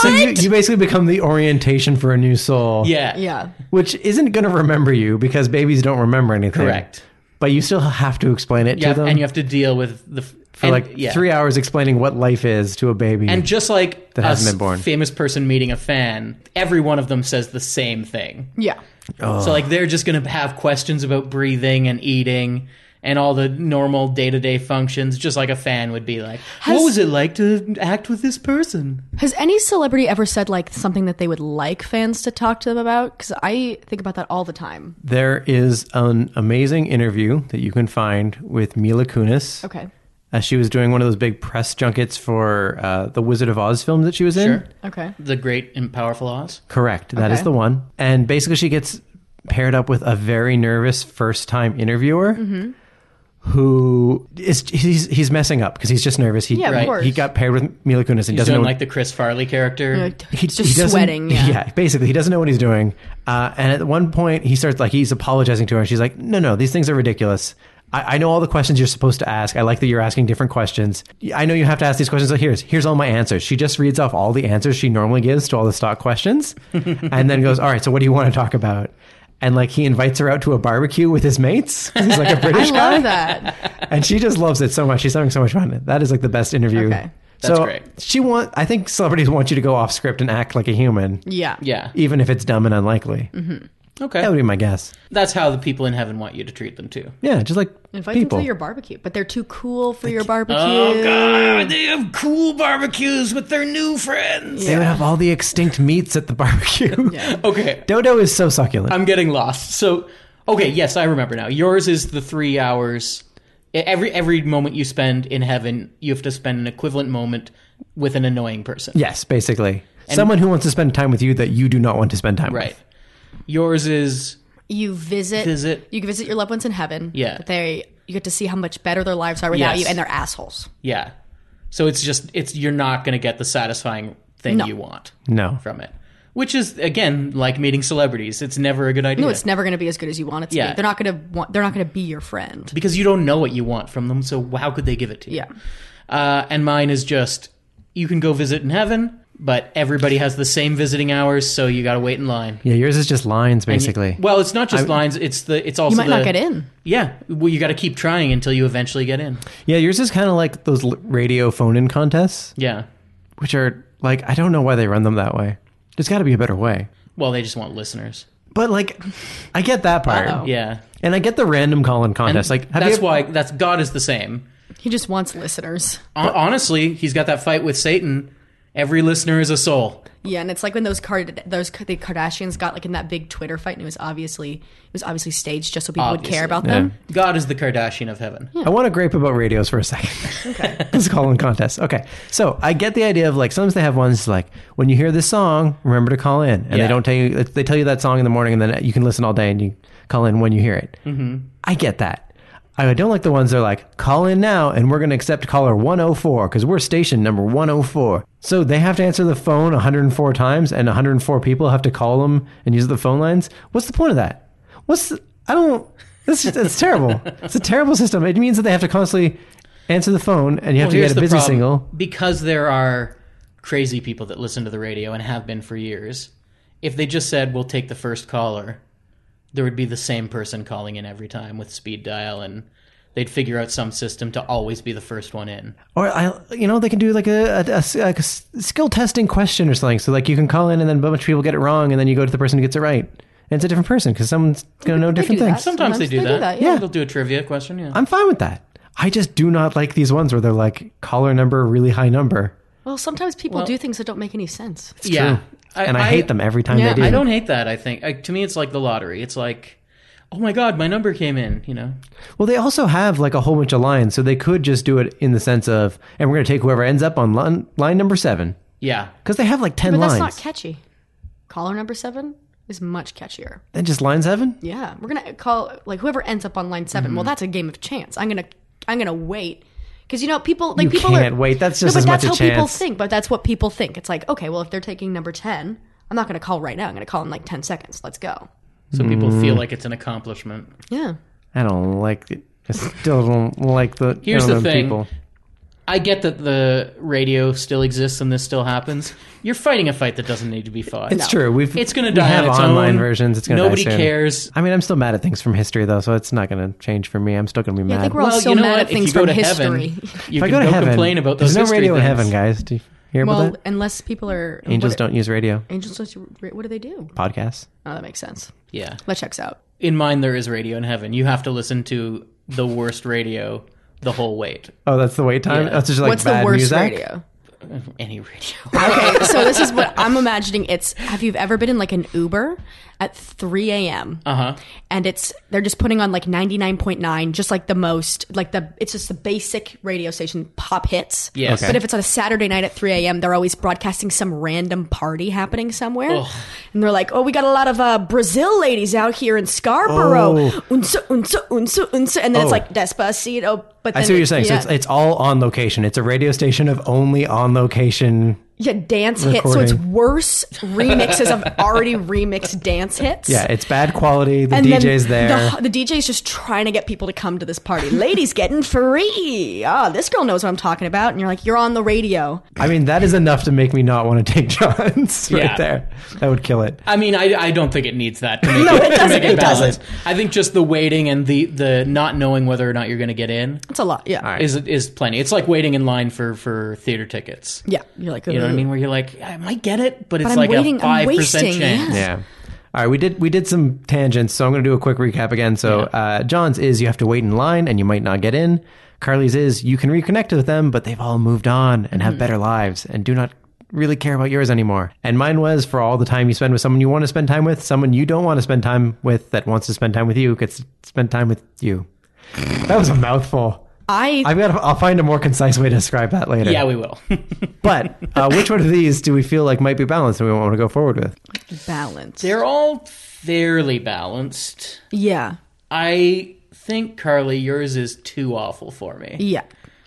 Speaker 1: So you, you basically become the orientation for a new soul.
Speaker 3: Yeah.
Speaker 2: Yeah.
Speaker 1: Which isn't going to remember you because babies don't remember anything.
Speaker 3: Correct.
Speaker 1: But you still have to explain it
Speaker 3: Yeah,
Speaker 1: to them
Speaker 3: and you have to deal with the. f-
Speaker 1: for
Speaker 3: and-
Speaker 1: like
Speaker 3: yeah.
Speaker 1: three hours explaining what life is to a baby.
Speaker 3: And just like
Speaker 1: That
Speaker 3: a
Speaker 1: hasn't been born.
Speaker 3: famous person meeting a fan, every one of them says the same thing.
Speaker 2: Yeah.
Speaker 3: So like they're just going to have questions about breathing and eating and all the normal day-to-day functions just like a fan would be like, "What
Speaker 2: Has-
Speaker 3: was it like to act with this person?"
Speaker 2: Has any celebrity ever said like something that they would like fans to talk to them about? Because I think about that all the time.
Speaker 1: there is an amazing interview that you can find with Mila Kunis.
Speaker 2: Okay.
Speaker 1: Uh, she was doing one of those big press junkets for uh, the Wizard of Oz film that she was in.
Speaker 3: Sure.
Speaker 2: Okay.
Speaker 3: The great and powerful Oz.
Speaker 1: Correct. That is
Speaker 2: Okay.
Speaker 1: the one. And basically, she gets paired up with a very nervous first time interviewer
Speaker 2: Mm-hmm.
Speaker 1: who is he's he's messing up because he's just nervous. He,
Speaker 2: Yeah, of
Speaker 3: Right.
Speaker 2: course.
Speaker 1: he got paired with Mila Kunis and
Speaker 3: He's
Speaker 1: doesn't
Speaker 3: doing
Speaker 1: know
Speaker 3: like the Chris Farley character.
Speaker 2: Like,
Speaker 1: he,
Speaker 2: just
Speaker 1: he doesn't-
Speaker 2: sweating. Yeah.
Speaker 1: basically, he doesn't know what he's doing. Uh, and at one point, he starts like he's apologizing to her, and she's like, "No, no, these things are ridiculous. I, I know all the questions you're supposed to ask. I like that you're asking different questions. I know you have to ask these questions. So here's here's all my answers." She just reads off all the answers she normally gives to all the stock questions, and then goes, "All right, so what do you want to talk about?" And like he invites her out to a barbecue with his mates. 'cause He's like a
Speaker 2: I
Speaker 1: British guy,
Speaker 2: love that.
Speaker 1: and she just loves it so much. She's having so much fun. That is like the best interview.
Speaker 2: Okay.
Speaker 3: That's
Speaker 1: so
Speaker 3: great.
Speaker 1: she want. I think celebrities want you to go off script and act like a human
Speaker 2: Yeah.
Speaker 3: Yeah. Mm-hmm.
Speaker 1: even if it's dumb and unlikely.
Speaker 3: Okay.
Speaker 1: That would be my guess.
Speaker 3: That's how the people in heaven want you to treat them too.
Speaker 1: Yeah, just like
Speaker 2: Invite
Speaker 1: people.
Speaker 2: them to your barbecue, but they're too cool for your barbecue.
Speaker 3: Oh god, they have cool barbecues with their new friends.
Speaker 1: They would have all the extinct meats at the barbecue.
Speaker 3: Okay.
Speaker 1: Dodo is so succulent.
Speaker 3: I'm getting lost. So, okay, yes, I remember now. Yours is the 3 hours E, every every moment you spend in heaven, you have to spend an equivalent moment with an annoying person.
Speaker 1: yes, basically. Someone who wants to spend time with you that you do not want to spend time
Speaker 3: Right.
Speaker 1: with.
Speaker 3: Yours is
Speaker 2: You visit,
Speaker 3: Visit.
Speaker 2: you visit your loved ones in heaven.
Speaker 3: Yeah.
Speaker 2: but they you get to see how much better their lives are without
Speaker 3: Yes.
Speaker 2: you, and they're assholes.
Speaker 3: yeah. So it's just it's you're not going to get the satisfying thing
Speaker 2: No.
Speaker 3: you want
Speaker 1: No.
Speaker 3: from it. Which is again like meeting celebrities. It's never a good idea.
Speaker 2: No, it's never going to be as good as you want it to
Speaker 3: Yeah.
Speaker 2: be. They're not going to want. They're not going to be your friend.
Speaker 3: because you don't know what you want from them, so how could they give it to you?
Speaker 2: Yeah.
Speaker 3: Uh, and mine is just you can go visit in heaven, but everybody has the same visiting hours, so you got to wait in line.
Speaker 1: Yeah, yours is just lines, basically.
Speaker 3: Well, it's not just lines. It's the it's also
Speaker 2: You might not
Speaker 3: the-
Speaker 2: get in.
Speaker 3: Yeah, well, you got to keep trying until you eventually get in.
Speaker 1: yeah, yours is kind of like those l- radio phone in contests,
Speaker 3: Yeah.
Speaker 1: which are like, I don't know why they run them that way. There's got to be a better way.
Speaker 3: Well, they just want listeners.
Speaker 1: But like, I get that part.
Speaker 2: Uh-oh.
Speaker 3: Yeah.
Speaker 1: And I get the random call in contest. Oh. like, have
Speaker 3: that's
Speaker 1: you-
Speaker 3: why that's God is the same.
Speaker 2: He just wants listeners.
Speaker 3: Hon- Honestly, he's got that fight with Satan. Every listener is a soul.
Speaker 2: Yeah, and it's like when those Card- those the Kardashians got like in that big Twitter fight, and it was obviously it was obviously staged just so people would
Speaker 3: Obviously.
Speaker 2: care about
Speaker 1: Yeah.
Speaker 2: them.
Speaker 3: God is the Kardashian of heaven.
Speaker 1: I want to gripe about radios for a second. Okay. Let's call in contest. Okay. So I get the idea of like sometimes they have ones like when you hear this song, remember to call in, and
Speaker 3: Yeah.
Speaker 1: they don't tell you they tell you that song in the morning, and then you can listen all day and you call in when you hear it. Mm-hmm. I get that. I don't like the ones that are like call in now, and we're going to accept caller 104 because we're station number 104. So they have to answer the phone 104 times, and 104 people have to call them and use the phone lines. What's the point of that? What's the, I don't. This is it's terrible. It's a terrible system. It means that they have to constantly answer the phone, and you have
Speaker 3: Well,
Speaker 1: to
Speaker 3: here's
Speaker 1: get a
Speaker 3: the
Speaker 1: busy
Speaker 3: problem.
Speaker 1: single.
Speaker 3: Because there are crazy people that listen to the radio and have been for years. If they just said, "We'll take the first caller," there would be the same person calling in every time with speed dial, and they'd figure out some system to always be the first one in.
Speaker 1: Or I, you know, they can do like a, a- a s- like a s- skill testing question or something. So like you can call in, and then a bunch of people get it wrong, and then you go to the person who gets it right, and it's a different person because someone's gonna know
Speaker 2: They
Speaker 1: different
Speaker 2: do that.
Speaker 1: things.
Speaker 3: Sometimes, they do that.
Speaker 2: yeah.
Speaker 3: they'll do a trivia question. Yeah,
Speaker 1: I'm fine with that. I just do not like these ones where they're like caller number, really high number.
Speaker 2: Well, sometimes people do things that don't make any sense.
Speaker 3: yeah.
Speaker 1: True. and I, hate them every time
Speaker 2: Yeah,
Speaker 1: they do.
Speaker 3: I don't hate that. I think I, to me, it's like the lottery. It's like, oh my god, my number came in. You know,
Speaker 1: Well, they also have like a whole bunch of lines, so they could just do it in the sense of, and we're going to take whoever ends up on line, line number seven
Speaker 3: yeah.
Speaker 1: because they have like ten
Speaker 2: But
Speaker 1: lines.
Speaker 2: that's not catchy. Caller number seven is much catchier.
Speaker 1: then just line seven.
Speaker 2: Yeah, we're gonna call like whoever ends up on line 7
Speaker 1: Mm-hmm.
Speaker 2: Well, that's a game of chance. I'm gonna I'm gonna wait because you know people like
Speaker 1: You
Speaker 2: people
Speaker 1: can't
Speaker 2: are,
Speaker 1: wait. That's just
Speaker 2: no, but
Speaker 1: as
Speaker 2: that's
Speaker 1: much a
Speaker 2: how people
Speaker 1: chance.
Speaker 2: think. But that's what people think. It's like okay, well, if they're taking number ten, I'm not gonna call right now. I'm gonna call in like ten seconds. Let's go.
Speaker 3: So people
Speaker 1: Mm.
Speaker 3: feel like it's an accomplishment.
Speaker 2: Yeah.
Speaker 1: I don't like it. I still don't like the.
Speaker 3: Here's
Speaker 1: I don't
Speaker 3: the
Speaker 1: know
Speaker 3: thing.
Speaker 1: People.
Speaker 3: I get that the radio still exists and this still happens. You're fighting a fight that doesn't need to be fought.
Speaker 1: It's true. We've
Speaker 3: It's going to
Speaker 1: we
Speaker 3: die
Speaker 1: have
Speaker 3: on its
Speaker 1: online
Speaker 3: own.
Speaker 1: versions. It's going to
Speaker 3: nobody
Speaker 1: die soon.
Speaker 3: cares.
Speaker 1: I mean, I'm still mad at things from history though, so it's not going to change for me. I'm still going to be
Speaker 2: Yeah, I
Speaker 1: mad.
Speaker 2: think we're all
Speaker 3: Well,
Speaker 2: so
Speaker 3: you know
Speaker 2: mad
Speaker 3: what?
Speaker 2: at things
Speaker 3: if you go
Speaker 2: from
Speaker 3: to
Speaker 2: history.
Speaker 3: heaven, you
Speaker 1: if I
Speaker 3: can
Speaker 1: go to heaven,
Speaker 3: complain about those.
Speaker 1: there's no
Speaker 3: history
Speaker 1: radio in
Speaker 3: things.
Speaker 1: heaven, guys. Do you hear
Speaker 2: well,
Speaker 1: about that?
Speaker 2: unless people are
Speaker 1: Angels
Speaker 2: what-
Speaker 1: don't use radio.
Speaker 2: Angels don't. What do they do?
Speaker 1: Podcasts.
Speaker 2: Oh, that makes sense.
Speaker 3: Yeah,
Speaker 2: That checks out.
Speaker 3: in mine there is radio in heaven. You have to listen to the worst radio the whole wait.
Speaker 1: Oh, that's the wait time.
Speaker 3: Yeah.
Speaker 1: That's just like
Speaker 2: What's the
Speaker 1: bad
Speaker 2: worst
Speaker 1: music.
Speaker 2: radio?
Speaker 3: Any radio.
Speaker 2: Okay, so this is what I'm imagining. It's have you ever been in like an Uber at 3 a.m.
Speaker 3: Uh huh.
Speaker 2: and it's they're just putting on like 99.9, just like the most like the it's just the basic radio station pop hits.
Speaker 3: Yes.
Speaker 1: Okay.
Speaker 2: But if it's on a Saturday night at 3 a.m., they're always broadcasting some random party happening somewhere, and they're like, "Oh, we got a lot of uh, Brazil ladies out here in Scarborough,
Speaker 1: Oh.
Speaker 2: unsa unsa unsa unsa," and then
Speaker 1: Oh.
Speaker 2: it's like Despacito. But
Speaker 1: I
Speaker 2: then
Speaker 1: see what
Speaker 2: it-
Speaker 1: you're saying.
Speaker 2: Yeah,
Speaker 1: So it's, it's all on location. It's a radio station of only on location.
Speaker 2: yeah, dance hits. So it's
Speaker 1: recording.
Speaker 2: worse remixes of already remixed dance hits.
Speaker 1: Yeah, it's bad quality. The
Speaker 2: And then
Speaker 1: DJ's there.
Speaker 2: The, the DJ's just trying to get people to come to this party. Ladies getting free. Ah, this girl knows what I'm talking about. And you're like, you're on the radio.
Speaker 1: I mean, that is enough to make me not want to take John's right
Speaker 3: Yeah.
Speaker 1: there. That would kill it.
Speaker 3: I mean, I, I don't think it needs that to make
Speaker 2: No,
Speaker 3: it,
Speaker 2: it
Speaker 3: to
Speaker 2: doesn't.
Speaker 3: make it
Speaker 2: It doesn't.
Speaker 3: balanced. I think just the waiting and the the not knowing whether or not you're going to get in
Speaker 2: That's a lot. Yeah.
Speaker 1: right.
Speaker 3: is is plenty. It's like waiting in line for for theater tickets.
Speaker 2: Yeah. You're like,
Speaker 3: You know what I
Speaker 2: "Ugh."
Speaker 3: mean? Where you're like, I might get it, but it's
Speaker 2: I'm
Speaker 3: like
Speaker 2: waiting-
Speaker 3: a
Speaker 2: I'm
Speaker 3: five percent
Speaker 2: wasting,
Speaker 3: chance.
Speaker 2: yeah.
Speaker 1: Yeah. All right, we did we did some tangents, so I'm going to do a quick recap again. So uh, John's is you have to wait in line and you might not get in. Carly's is you can reconnect with them, but they've all moved on and have better lives and do not really care about yours anymore. And mine was for all the time you spend with someone you want to spend time with, someone you don't want to spend time with that wants to spend time with you gets to spend time with you. That was a mouthful.
Speaker 2: I
Speaker 1: I've got. I'll find a more concise way to describe that later.
Speaker 3: Yeah, we will.
Speaker 1: But uh, which one of these do we feel like might be balanced and we want to go forward with?
Speaker 2: balance.
Speaker 3: They're all fairly balanced.
Speaker 2: Yeah.
Speaker 3: I think Carly, yours is too awful for me.
Speaker 2: Yeah.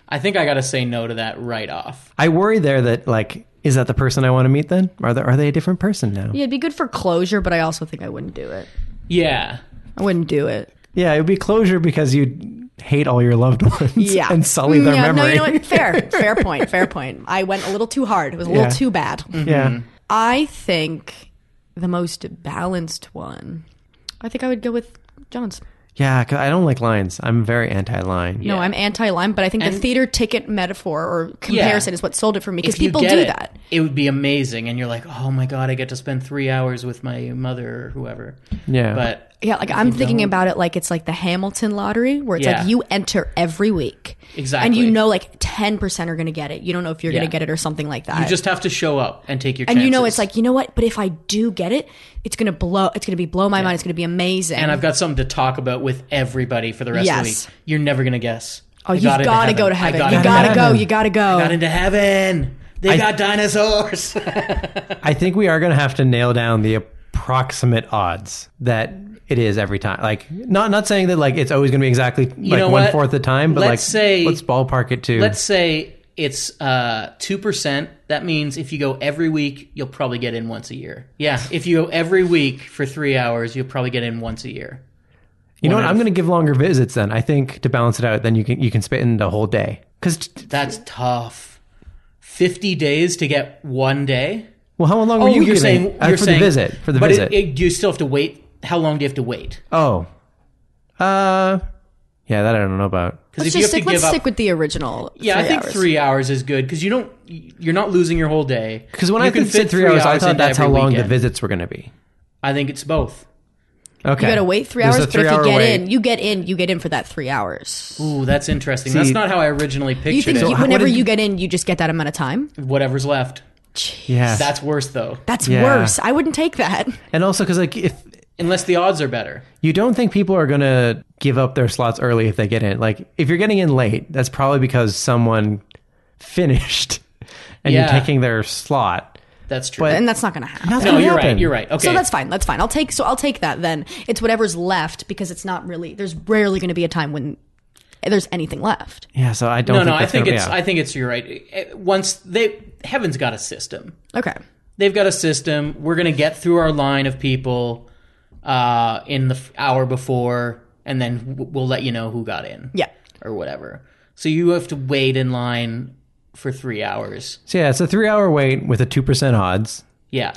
Speaker 3: I think I got to say no to that right off.
Speaker 1: I worry there that like is that the person I want to meet then? Are they, are they a different person now?
Speaker 2: Yeah, it'd be good for closure, but I also think I wouldn't do it.
Speaker 3: Yeah.
Speaker 2: I wouldn't do it.
Speaker 1: Yeah, it would be closure because you hate all your loved ones
Speaker 2: Yeah. Mm,
Speaker 1: and sully their
Speaker 2: yeah,
Speaker 1: memory.
Speaker 2: No, you know what? Fair. fair point. Fair point. I went a little too hard. It was a
Speaker 1: Yeah.
Speaker 2: little too bad.
Speaker 1: Yeah.
Speaker 2: I think the most balanced one, I think I would go with John's.
Speaker 1: Yeah, 'cause I don't like lines. I'm very anti-line.
Speaker 2: No, I'm anti Lyme, but I think the
Speaker 3: And-
Speaker 2: theater ticket metaphor or comparison is what sold it for me because
Speaker 3: If you
Speaker 2: people
Speaker 3: get
Speaker 2: do
Speaker 3: it,
Speaker 2: that.
Speaker 3: It would be amazing. And you're like, oh my God, I get to spend three hours with my mother or whoever.
Speaker 1: Yeah.
Speaker 3: But
Speaker 2: Yeah, like I'm thinking about it like it's like the Hamilton lottery where it's
Speaker 3: Yeah.
Speaker 2: like you enter every week. And
Speaker 3: Exactly.
Speaker 2: you know like 10% are going to get it. You don't know if you're going
Speaker 3: Yeah.
Speaker 2: to get it or something like that.
Speaker 3: you just have to show up and take your
Speaker 2: and
Speaker 3: chances.
Speaker 2: you know it's like, you know what? But if I do get it, it's going to blow it's going to be blow my mind. It's going to be amazing.
Speaker 3: and I've got something to talk about with everybody for the rest of the
Speaker 2: Yes.
Speaker 3: week. You're never going to guess.
Speaker 2: oh,
Speaker 3: I
Speaker 2: you've
Speaker 3: got into
Speaker 2: got to go to
Speaker 3: I
Speaker 2: heaven.
Speaker 3: got
Speaker 2: you
Speaker 3: into
Speaker 2: got to
Speaker 1: heaven.
Speaker 2: go. You got to go.
Speaker 3: got into heaven. They got dinosaurs.
Speaker 1: I think we are going to have to nail down the approximate odds that it is every time. Like not not saying that like it's always going to be exactly like
Speaker 3: know
Speaker 1: one
Speaker 3: what?
Speaker 1: fourth the time, but
Speaker 3: Let's
Speaker 1: like
Speaker 3: say-
Speaker 1: let's ballpark it to
Speaker 3: Let's say it's uh, two percent. That means if you go every week, you'll probably get in once a year. Yeah, if you go every week for three hours, you'll probably get in once a year.
Speaker 1: You know
Speaker 3: one
Speaker 1: what?
Speaker 3: out
Speaker 1: I'm
Speaker 3: of-
Speaker 1: going to give longer visits then. I think to balance it out, then you can you can spit in the whole day. Because
Speaker 3: That's tough. Fifty days to get one day.
Speaker 1: well, how long
Speaker 3: Oh,
Speaker 1: were you
Speaker 3: you're
Speaker 1: giving
Speaker 3: saying
Speaker 1: uh,
Speaker 3: you're
Speaker 1: for
Speaker 3: saying-
Speaker 1: the visit for the
Speaker 3: but
Speaker 1: visit?
Speaker 3: It, it, you still have to wait. How long do you have to wait?
Speaker 1: oh, uh, yeah, that I don't know about.
Speaker 3: Because
Speaker 2: let's just stick, let's stick with the original.
Speaker 3: yeah, I think
Speaker 2: hours.
Speaker 3: three hours is good because you don't. You're not losing your whole day.
Speaker 1: Because when
Speaker 3: You
Speaker 1: I
Speaker 3: can
Speaker 1: could fit three, hours, I thought
Speaker 3: into
Speaker 1: that's how
Speaker 3: every
Speaker 1: long the
Speaker 3: weekend.
Speaker 1: visits were going to be.
Speaker 3: I think it's both.
Speaker 1: Okay,
Speaker 2: You got to wait three
Speaker 1: There's
Speaker 2: hours,
Speaker 1: a
Speaker 2: but if
Speaker 1: three-hour
Speaker 2: you get
Speaker 1: wait.
Speaker 2: in, you get in, you get in for that three hours.
Speaker 3: Ooh, that's interesting. that's not how I originally pictured
Speaker 2: You think
Speaker 3: it.
Speaker 2: you,
Speaker 1: how- what
Speaker 2: whenever
Speaker 1: did-
Speaker 2: you get in, you just get that amount of time?
Speaker 3: Whatever's left.
Speaker 1: yeah,
Speaker 3: That's worse though.
Speaker 2: That's
Speaker 1: Yeah.
Speaker 2: worse. I wouldn't take that.
Speaker 1: and also because like if
Speaker 3: Unless the odds are better.
Speaker 1: you don't think people are going to give up their slots early if they get in, like if you're getting in late, that's probably because someone finished and
Speaker 3: Yeah.
Speaker 1: you're taking their slot.
Speaker 3: That's true.
Speaker 1: But-
Speaker 2: And that's not going to happen.
Speaker 1: Nothing
Speaker 3: no, you're right.
Speaker 1: happened.
Speaker 3: You're right. Okay.
Speaker 2: So that's fine. That's fine. I'll take so I'll take that then. It's whatever's left because it's not really there's rarely going to be a time when there's anything left.
Speaker 1: Yeah, so I don't.
Speaker 3: no, no.
Speaker 1: think
Speaker 3: I
Speaker 1: that's
Speaker 3: think
Speaker 1: gonna-
Speaker 3: it's.
Speaker 1: yeah.
Speaker 3: I think it's. You're right. Eh, Once they, heaven's got a system.
Speaker 2: Okay.
Speaker 3: They've got a system. We're gonna get through our line of people uh, in the f- hour before, and then w- we'll let you know who got in.
Speaker 2: Yeah.
Speaker 3: Or whatever. So you have to wait in line for three hours.
Speaker 1: So yeah, it's a three-hour wait with a two percent odds.
Speaker 3: Yeah.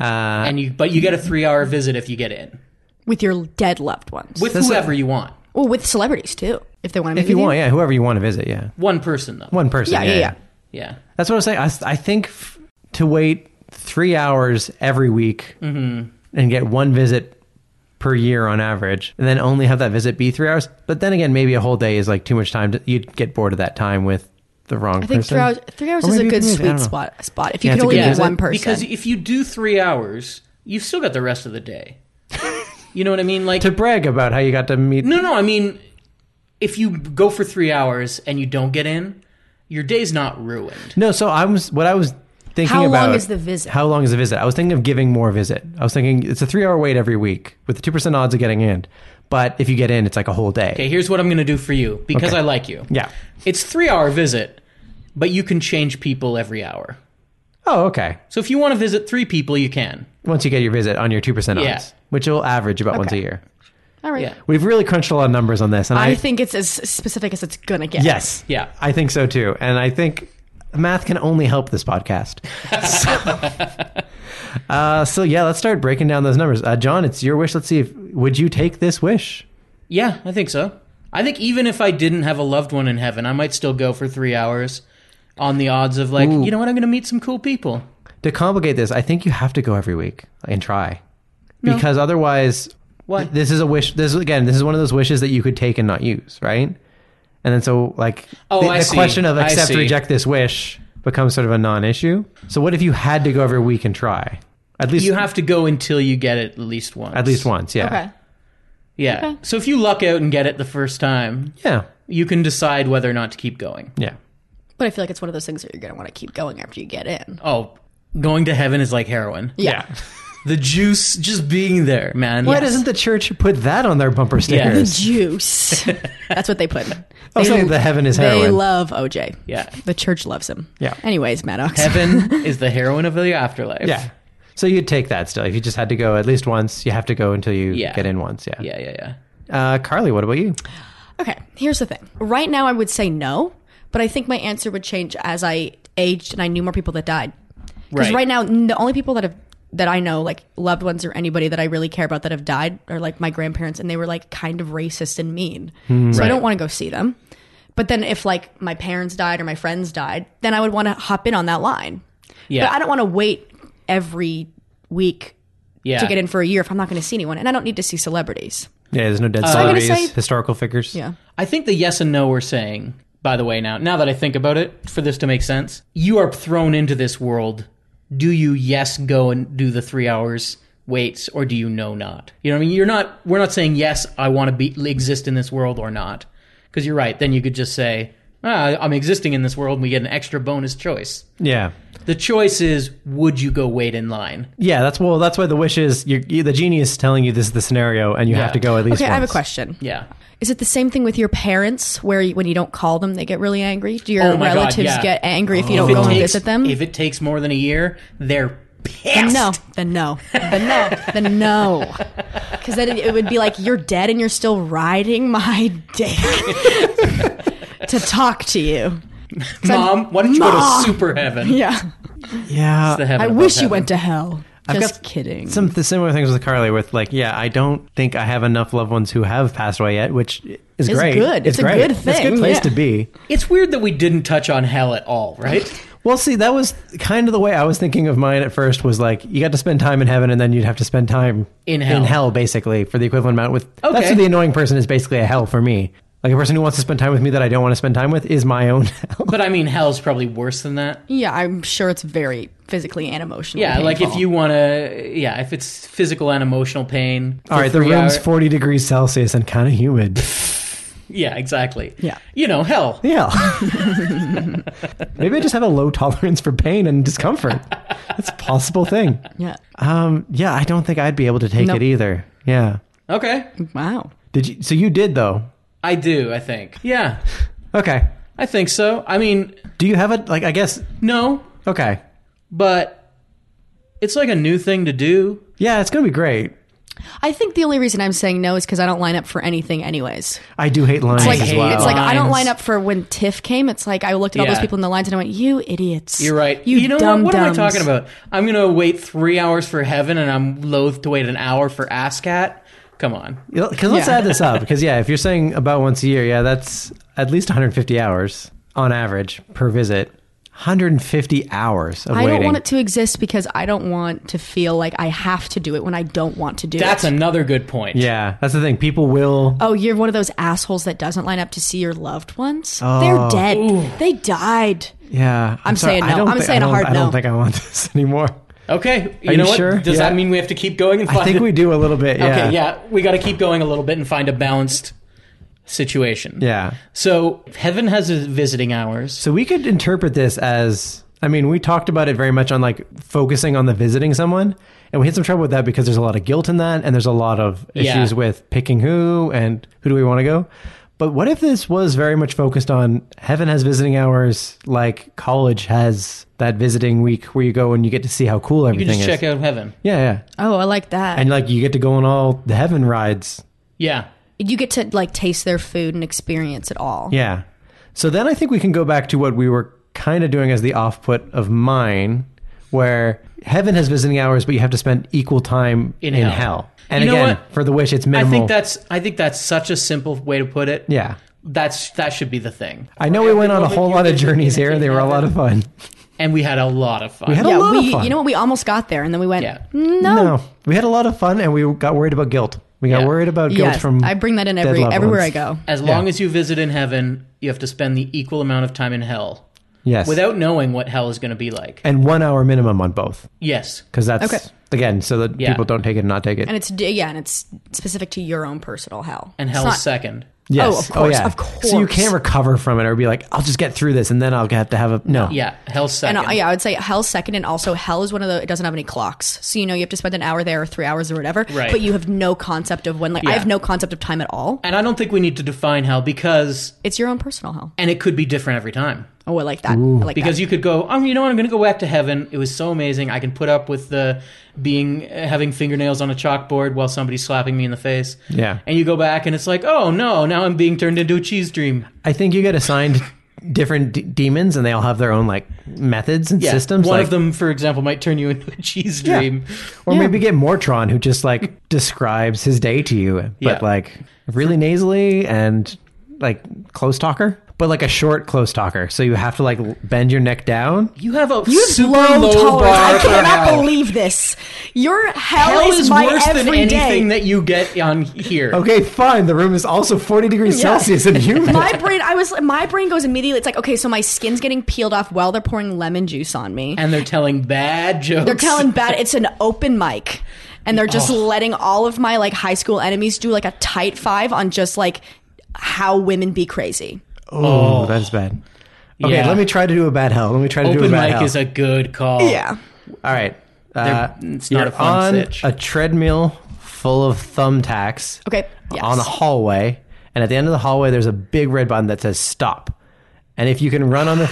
Speaker 1: Uh,
Speaker 3: And you, but you get a three-hour visit if you get in
Speaker 2: With your dead loved ones.
Speaker 3: with whoever you want.
Speaker 2: well, with celebrities too, if they want to meet
Speaker 1: if you
Speaker 2: with
Speaker 1: want, yeah, whoever you want to visit, yeah,
Speaker 3: One person though.
Speaker 1: one person.
Speaker 2: Yeah, yeah, yeah.
Speaker 3: Yeah.
Speaker 1: That's what I'm saying. I, I think f- to wait three hours every week
Speaker 2: Mm-hmm.
Speaker 1: and get one visit per year on average, and then only have that visit be three hours. But then again, maybe a whole day is like too much time. To, you'd get bored of that time with the wrong.
Speaker 2: I think
Speaker 1: person.
Speaker 2: three hours three hours
Speaker 1: Or
Speaker 2: is a
Speaker 1: maybe
Speaker 2: good
Speaker 1: you can- I don't
Speaker 2: sweet
Speaker 1: know.
Speaker 2: spot spot. If you
Speaker 1: Yeah,
Speaker 2: can
Speaker 1: it's a
Speaker 2: only
Speaker 1: good
Speaker 2: get
Speaker 1: visit.
Speaker 2: one person.
Speaker 3: Because if you do three hours, you've still got the rest of the day. you know what I mean? Like,
Speaker 1: To brag about how you got to meet.
Speaker 3: no, no, I mean, if you go for three hours and you don't get in, your day's not ruined.
Speaker 1: No, so I was what I was thinking
Speaker 2: How long
Speaker 1: about.
Speaker 2: is the visit?
Speaker 1: How long is the visit? I was thinking of giving more visit. I was thinking it's a three hour wait every week with the two percent odds of getting in, but if you get in, it's like a whole day.
Speaker 3: Okay, here's what I'm going to do for you because
Speaker 1: Okay.
Speaker 3: I like you.
Speaker 1: Yeah.
Speaker 3: It's three hour visit, but you can change people every hour.
Speaker 1: Oh, okay.
Speaker 3: So if you want to visit three people, you can.
Speaker 1: Once you get your visit on your two percent odds,
Speaker 3: Yeah.
Speaker 1: which will average about once a
Speaker 2: Okay.
Speaker 1: year.
Speaker 2: All right.
Speaker 3: Yeah.
Speaker 1: We've really crunched a lot of numbers on this, and I,
Speaker 2: I think it's as specific as it's going to get.
Speaker 1: yes,
Speaker 3: Yeah.
Speaker 1: I think so too, and I think math can only help this podcast. so, uh, so yeah, let's start breaking down those numbers. Uh, John, it's your wish. Let's see if would you take this wish.
Speaker 3: Yeah, I think so. I think even if I didn't have a loved one in heaven, I might still go for three hours on the odds of, like, you know what, I'm going to meet some cool people.
Speaker 1: To complicate this, I think you have to go every week and try. because otherwise
Speaker 3: What?
Speaker 1: this is a wish this is again this is one of those wishes that you could take and not use right and then so like
Speaker 3: Oh,
Speaker 1: the,
Speaker 3: I
Speaker 1: the
Speaker 3: see.
Speaker 1: question of
Speaker 3: I
Speaker 1: accept
Speaker 3: see.
Speaker 1: reject this wish becomes sort of a non-issue so what if you had to go every week and try at least
Speaker 3: You have to go until you get it at least once.
Speaker 1: at least once yeah
Speaker 2: Okay.
Speaker 3: Yeah.
Speaker 2: Okay.
Speaker 3: So if you luck out and get it the first time,
Speaker 1: yeah
Speaker 3: you can decide whether or not to keep going.
Speaker 1: yeah
Speaker 2: But I feel like it's one of those things that you're going to want to keep going after you get in.
Speaker 3: Oh, going to heaven is like heroin.
Speaker 2: Yeah.
Speaker 3: The juice, just being there, man.
Speaker 1: why
Speaker 3: Yes.
Speaker 1: doesn't the church put that on their bumper stickers
Speaker 2: Juice. That's what they put.
Speaker 1: oh
Speaker 2: They-
Speaker 1: saying the heaven is
Speaker 2: They
Speaker 1: heroin
Speaker 2: love OJ.
Speaker 3: Yeah.
Speaker 2: The church loves him.
Speaker 1: Yeah.
Speaker 2: Anyways, Maddox.
Speaker 3: heaven is the heroin of the afterlife?
Speaker 1: yeah so you'd take that still if you just had to go at least once you have to go until you
Speaker 3: Yeah.
Speaker 1: get in once yeah,
Speaker 3: Yeah, yeah, yeah.
Speaker 1: Uh, carly what about you
Speaker 2: Okay, here's the thing. Right now, I would say no, but I think my answer would change as I aged and I knew more people that died. Because
Speaker 3: Right.
Speaker 2: right. now, n- the only people that have that I know, like loved ones or anybody that I really care about that have died, are like my grandparents, and they were like kind of racist and mean. so
Speaker 3: Right.
Speaker 2: I don't want to go see them. But then, if like my parents died or my friends died, then I would want to hop in on that line.
Speaker 3: Yeah.
Speaker 2: But I don't want to wait every week
Speaker 3: Yeah.
Speaker 2: to get in for a year if I'm not going to see anyone, and I don't need to see celebrities.
Speaker 1: yeah there's no dead
Speaker 2: Uh, I'm gonna
Speaker 1: celebrities
Speaker 2: say-
Speaker 1: historical figures
Speaker 2: Yeah.
Speaker 3: I think the yes and no we're saying, by the way, now, now that I think about it, for this to make sense, you are thrown into this world. Do you yes go and do the three hours waits, or do you no not? You know what I mean? You're not. We're not saying yes. I want to be exist in this world or not, because you're right. Then you could just say, ah, I'm existing in this world. and We get an extra bonus choice.
Speaker 1: yeah
Speaker 3: The choice is, would you go wait in line?
Speaker 1: Yeah, that's well. That's why the wish is you, you, the genie is telling you this is the scenario, and you
Speaker 3: Yeah.
Speaker 1: have to go at least.
Speaker 2: Okay, I have a
Speaker 1: once.
Speaker 2: question.
Speaker 3: Yeah.
Speaker 2: Is it the same thing with your parents, where you, when you don't call them, they get really angry? Do your
Speaker 3: Oh my God,
Speaker 2: relatives
Speaker 3: yeah.
Speaker 2: get angry if you
Speaker 3: If
Speaker 2: don't
Speaker 3: it
Speaker 2: go and
Speaker 3: takes-
Speaker 2: visit them?
Speaker 3: If it takes more than a year, they're
Speaker 2: then
Speaker 3: pissed.
Speaker 2: no, then no, then no, then no. Because then it, it would be like you're dead and you're still riding my dick to talk to you.
Speaker 3: Mom, why don't you go
Speaker 2: Mom.
Speaker 3: to super heaven?
Speaker 2: Yeah,
Speaker 1: Yeah,
Speaker 3: the heaven
Speaker 2: I
Speaker 3: above
Speaker 2: wish you
Speaker 3: heaven.
Speaker 2: went to hell.
Speaker 1: I've
Speaker 2: Just
Speaker 1: got
Speaker 2: kidding.
Speaker 1: some th- similar things with Carly. With like, yeah, I don't think I have enough loved ones who have passed away yet, which is
Speaker 2: It's
Speaker 1: great.
Speaker 2: good. It's a
Speaker 1: great.
Speaker 2: good
Speaker 1: It's a
Speaker 2: thing,
Speaker 1: good place
Speaker 2: yeah.
Speaker 1: to be.
Speaker 3: It's weird that we didn't touch on hell at all, right?
Speaker 1: Well, see, that was kind of the way I was thinking of mine at first. Was like you got to spend time in heaven, and then you'd have to spend time
Speaker 3: In hell.
Speaker 1: In hell, basically, for the equivalent amount. With that's
Speaker 3: Okay.
Speaker 1: what the annoying person is basically a hell for me. Like a person who wants to spend time with me that I don't want to spend time with is my own hell.
Speaker 3: but I mean, hell's probably worse than that.
Speaker 2: yeah, I'm sure it's very physically and emotionally.
Speaker 3: Yeah, like if
Speaker 2: painful.
Speaker 3: you want to, yeah, if it's physical and emotional pain.
Speaker 1: All right, the room's
Speaker 3: for. three hour-
Speaker 1: 40 degrees Celsius and kind of humid.
Speaker 3: Yeah, exactly.
Speaker 2: Yeah.
Speaker 3: You know, hell.
Speaker 1: Yeah. Maybe I just have a low tolerance for pain and discomfort. It's a possible thing.
Speaker 2: yeah,
Speaker 1: Um, yeah, I don't think I'd be able to take
Speaker 2: Nope.
Speaker 1: it either. Yeah.
Speaker 3: Okay.
Speaker 2: wow.
Speaker 1: Did you so you did though.
Speaker 3: I do, I think. Yeah,
Speaker 1: Okay.
Speaker 3: I think so. I mean,
Speaker 1: Do you have a like I guess
Speaker 3: no,
Speaker 1: okay.
Speaker 3: but it's like a new thing to do.
Speaker 1: Yeah, it's gonna be great.
Speaker 2: I think the only reason I'm saying no is because I don't line up for anything, anyways.
Speaker 1: I do hate lines
Speaker 2: like
Speaker 1: as
Speaker 3: hate
Speaker 1: well.
Speaker 2: it's like I don't
Speaker 3: lines.
Speaker 2: line up for when TIFF came. It's like I looked at all
Speaker 3: Yeah.
Speaker 2: those people in the lines and I went, "You idiots!
Speaker 3: You're right.
Speaker 2: You,
Speaker 3: know
Speaker 2: dumb
Speaker 3: what? What am I
Speaker 2: dumbs."
Speaker 3: talking about? I'm going to wait three hours for heaven and I'm loath to wait an hour for ASCAT. Come on.
Speaker 1: because let's
Speaker 2: Yeah.
Speaker 1: add this up. Because yeah, if you're saying about once a year, yeah, that's at least 150 hours on average per visit. 150 hours of
Speaker 2: I
Speaker 1: waiting.
Speaker 2: don't want it to exist because I don't want to feel like I have to do it when I don't want to do
Speaker 3: That's
Speaker 2: it.
Speaker 3: another good point.
Speaker 1: Yeah, that's the thing. People will.
Speaker 2: oh, you're one of those assholes that doesn't line up to see your loved ones.
Speaker 3: Oh.
Speaker 2: They're dead. They died.
Speaker 1: Yeah, I'm,
Speaker 2: saying
Speaker 1: I
Speaker 2: no.
Speaker 1: don't
Speaker 2: I'm
Speaker 1: thi-
Speaker 2: saying
Speaker 1: I
Speaker 2: a
Speaker 1: don't-
Speaker 2: hard
Speaker 1: I don't
Speaker 2: no.
Speaker 1: think I want this anymore.
Speaker 3: Okay. You
Speaker 1: you
Speaker 3: know what?
Speaker 1: sure?
Speaker 3: Does
Speaker 1: Yeah.
Speaker 3: that mean we have to keep going and find
Speaker 1: I think we do a little bit. Yeah.
Speaker 3: Okay, yeah. We got to keep going a little bit and find a balanced situation.
Speaker 1: Yeah.
Speaker 3: So, heaven has his visiting hours.
Speaker 1: So we could interpret this as. I mean, we talked about it very much on like focusing on the visiting someone, and we had some trouble with that because there's a lot of guilt in that, and there's a lot of
Speaker 3: Yeah.
Speaker 1: issues with picking who and who do we want to go. But what if this was very much focused on heaven has visiting hours, like college has that visiting week where you go and you get to see how cool
Speaker 3: You
Speaker 1: everything
Speaker 3: can just
Speaker 1: is.
Speaker 3: check out heaven.
Speaker 1: Yeah, yeah,
Speaker 2: Oh, I like that.
Speaker 1: and like you get to go on all the heaven rides
Speaker 3: Yeah.
Speaker 2: you get to like taste their food and experience it all.
Speaker 1: Yeah. So then I think we can go back to what we were kind of doing as the off put of mine, where heaven has visiting hours, but you have to spend equal time
Speaker 3: In
Speaker 1: in,
Speaker 3: hell.
Speaker 1: hell. And
Speaker 3: You know
Speaker 1: again,
Speaker 3: what?
Speaker 1: for the wish, it's
Speaker 3: I
Speaker 1: minimal.
Speaker 3: think that's I think that's such a simple way to put it.
Speaker 1: yeah.
Speaker 3: That's that should be the thing.
Speaker 1: I know we went on a
Speaker 3: moment
Speaker 1: whole
Speaker 3: you
Speaker 1: lot of
Speaker 3: visit
Speaker 1: journeys here.
Speaker 3: anything
Speaker 1: They were a lot
Speaker 3: heaven.
Speaker 1: of fun.
Speaker 3: and we had a lot of fun.
Speaker 1: We had a lot of
Speaker 2: we,
Speaker 1: fun.
Speaker 2: You know what? We almost got there, and then we went.
Speaker 3: Yeah.
Speaker 2: No.
Speaker 1: we had a lot of fun, and we got worried about guilt. We got
Speaker 3: Yeah.
Speaker 1: worried about guilt
Speaker 2: Yes,
Speaker 1: from
Speaker 2: I bring that in
Speaker 1: dead
Speaker 2: every
Speaker 1: loved
Speaker 2: everywhere
Speaker 1: ones.
Speaker 2: I go.
Speaker 3: as long as you visit in heaven, you have to spend the equal amount of time in hell
Speaker 1: Yes,
Speaker 3: without knowing what hell is going to be like.
Speaker 1: and one hour minimum on both
Speaker 3: Yes.
Speaker 1: because that's
Speaker 2: Okay.
Speaker 1: again so that
Speaker 3: Yeah.
Speaker 1: people don't take it and not take it.
Speaker 2: And it's yeah, and it's specific to your own personal hell.
Speaker 3: And
Speaker 2: It's
Speaker 3: hell
Speaker 2: not-
Speaker 3: is second.
Speaker 1: yes,
Speaker 2: Oh, of course,
Speaker 1: yeah.
Speaker 2: of
Speaker 1: So you
Speaker 2: course.
Speaker 1: can't recover from it or be like, I'll just get through this, and then I'll have to have a no.
Speaker 3: Yeah, hell's
Speaker 2: And
Speaker 3: second.
Speaker 2: uh, yeah, I would say hell's second, and also hell is one of the it doesn't have any clocks, so you know you have to spend an hour there or three hours or whatever.
Speaker 3: Right.
Speaker 2: But you have no concept of when. Like I
Speaker 3: Yeah.
Speaker 2: have no concept of time at all.
Speaker 3: And I don't think we need to define hell because,
Speaker 2: It's your own personal hell.
Speaker 3: and it could be different every time.
Speaker 2: Oh, I like that. I like
Speaker 3: Because
Speaker 2: that.
Speaker 3: you could go, oh, you know what? I'm going to go back to heaven. It was so amazing. I can put up with the being uh, having fingernails on a chalkboard while somebody's slapping me in the face.
Speaker 1: Yeah.
Speaker 3: And you go back, and it's like, oh no, now I'm being turned into a cheese dream.
Speaker 1: I think you get assigned different d- demons, and they all have their own like methods and
Speaker 3: Yeah.
Speaker 1: systems.
Speaker 3: One
Speaker 1: like,
Speaker 3: of them, for example, might turn you into a cheese
Speaker 1: Yeah.
Speaker 3: dream.
Speaker 1: Or maybe get Mortron, who just like describes his day to you, but
Speaker 3: Yeah.
Speaker 1: like really nasally and like close talker, but like a short close talker. So you have to like l- bend your neck down.
Speaker 3: You have a
Speaker 2: You have
Speaker 3: super
Speaker 2: low, tolerance.
Speaker 3: bar
Speaker 2: I
Speaker 3: for
Speaker 2: cannot
Speaker 3: hell.
Speaker 2: believe this. Your hell,
Speaker 3: Hell is
Speaker 2: my
Speaker 3: worse than
Speaker 2: every
Speaker 3: anything
Speaker 2: day.
Speaker 3: that you get on here.
Speaker 1: Okay, fine. The room is also 40 degrees
Speaker 2: Yeah.
Speaker 1: Celsius and humid.
Speaker 2: my brain, I was, my brain goes immediately. It's like, okay, so my skin's getting peeled off while they're pouring lemon juice on me.
Speaker 3: And they're telling bad jokes.
Speaker 2: they're telling bad. It's an open mic, and they're just letting all of my like high school enemies do like a tight five on just like how women be crazy.
Speaker 1: oh, that is bad. Okay,
Speaker 3: Yeah.
Speaker 1: let me try to do a bad hell. Let me try to do a
Speaker 3: Open
Speaker 1: bad
Speaker 3: mic
Speaker 1: hell.
Speaker 3: is a good call.
Speaker 2: Yeah,
Speaker 1: All right. Uh,
Speaker 3: it's not
Speaker 1: you're
Speaker 3: a
Speaker 1: on
Speaker 3: fun sitch.
Speaker 1: a treadmill full of thumbtacks.
Speaker 2: Okay, yes.
Speaker 1: On a hallway, and at the end of the hallway, there's a big red button that says stop. And if you can run on the,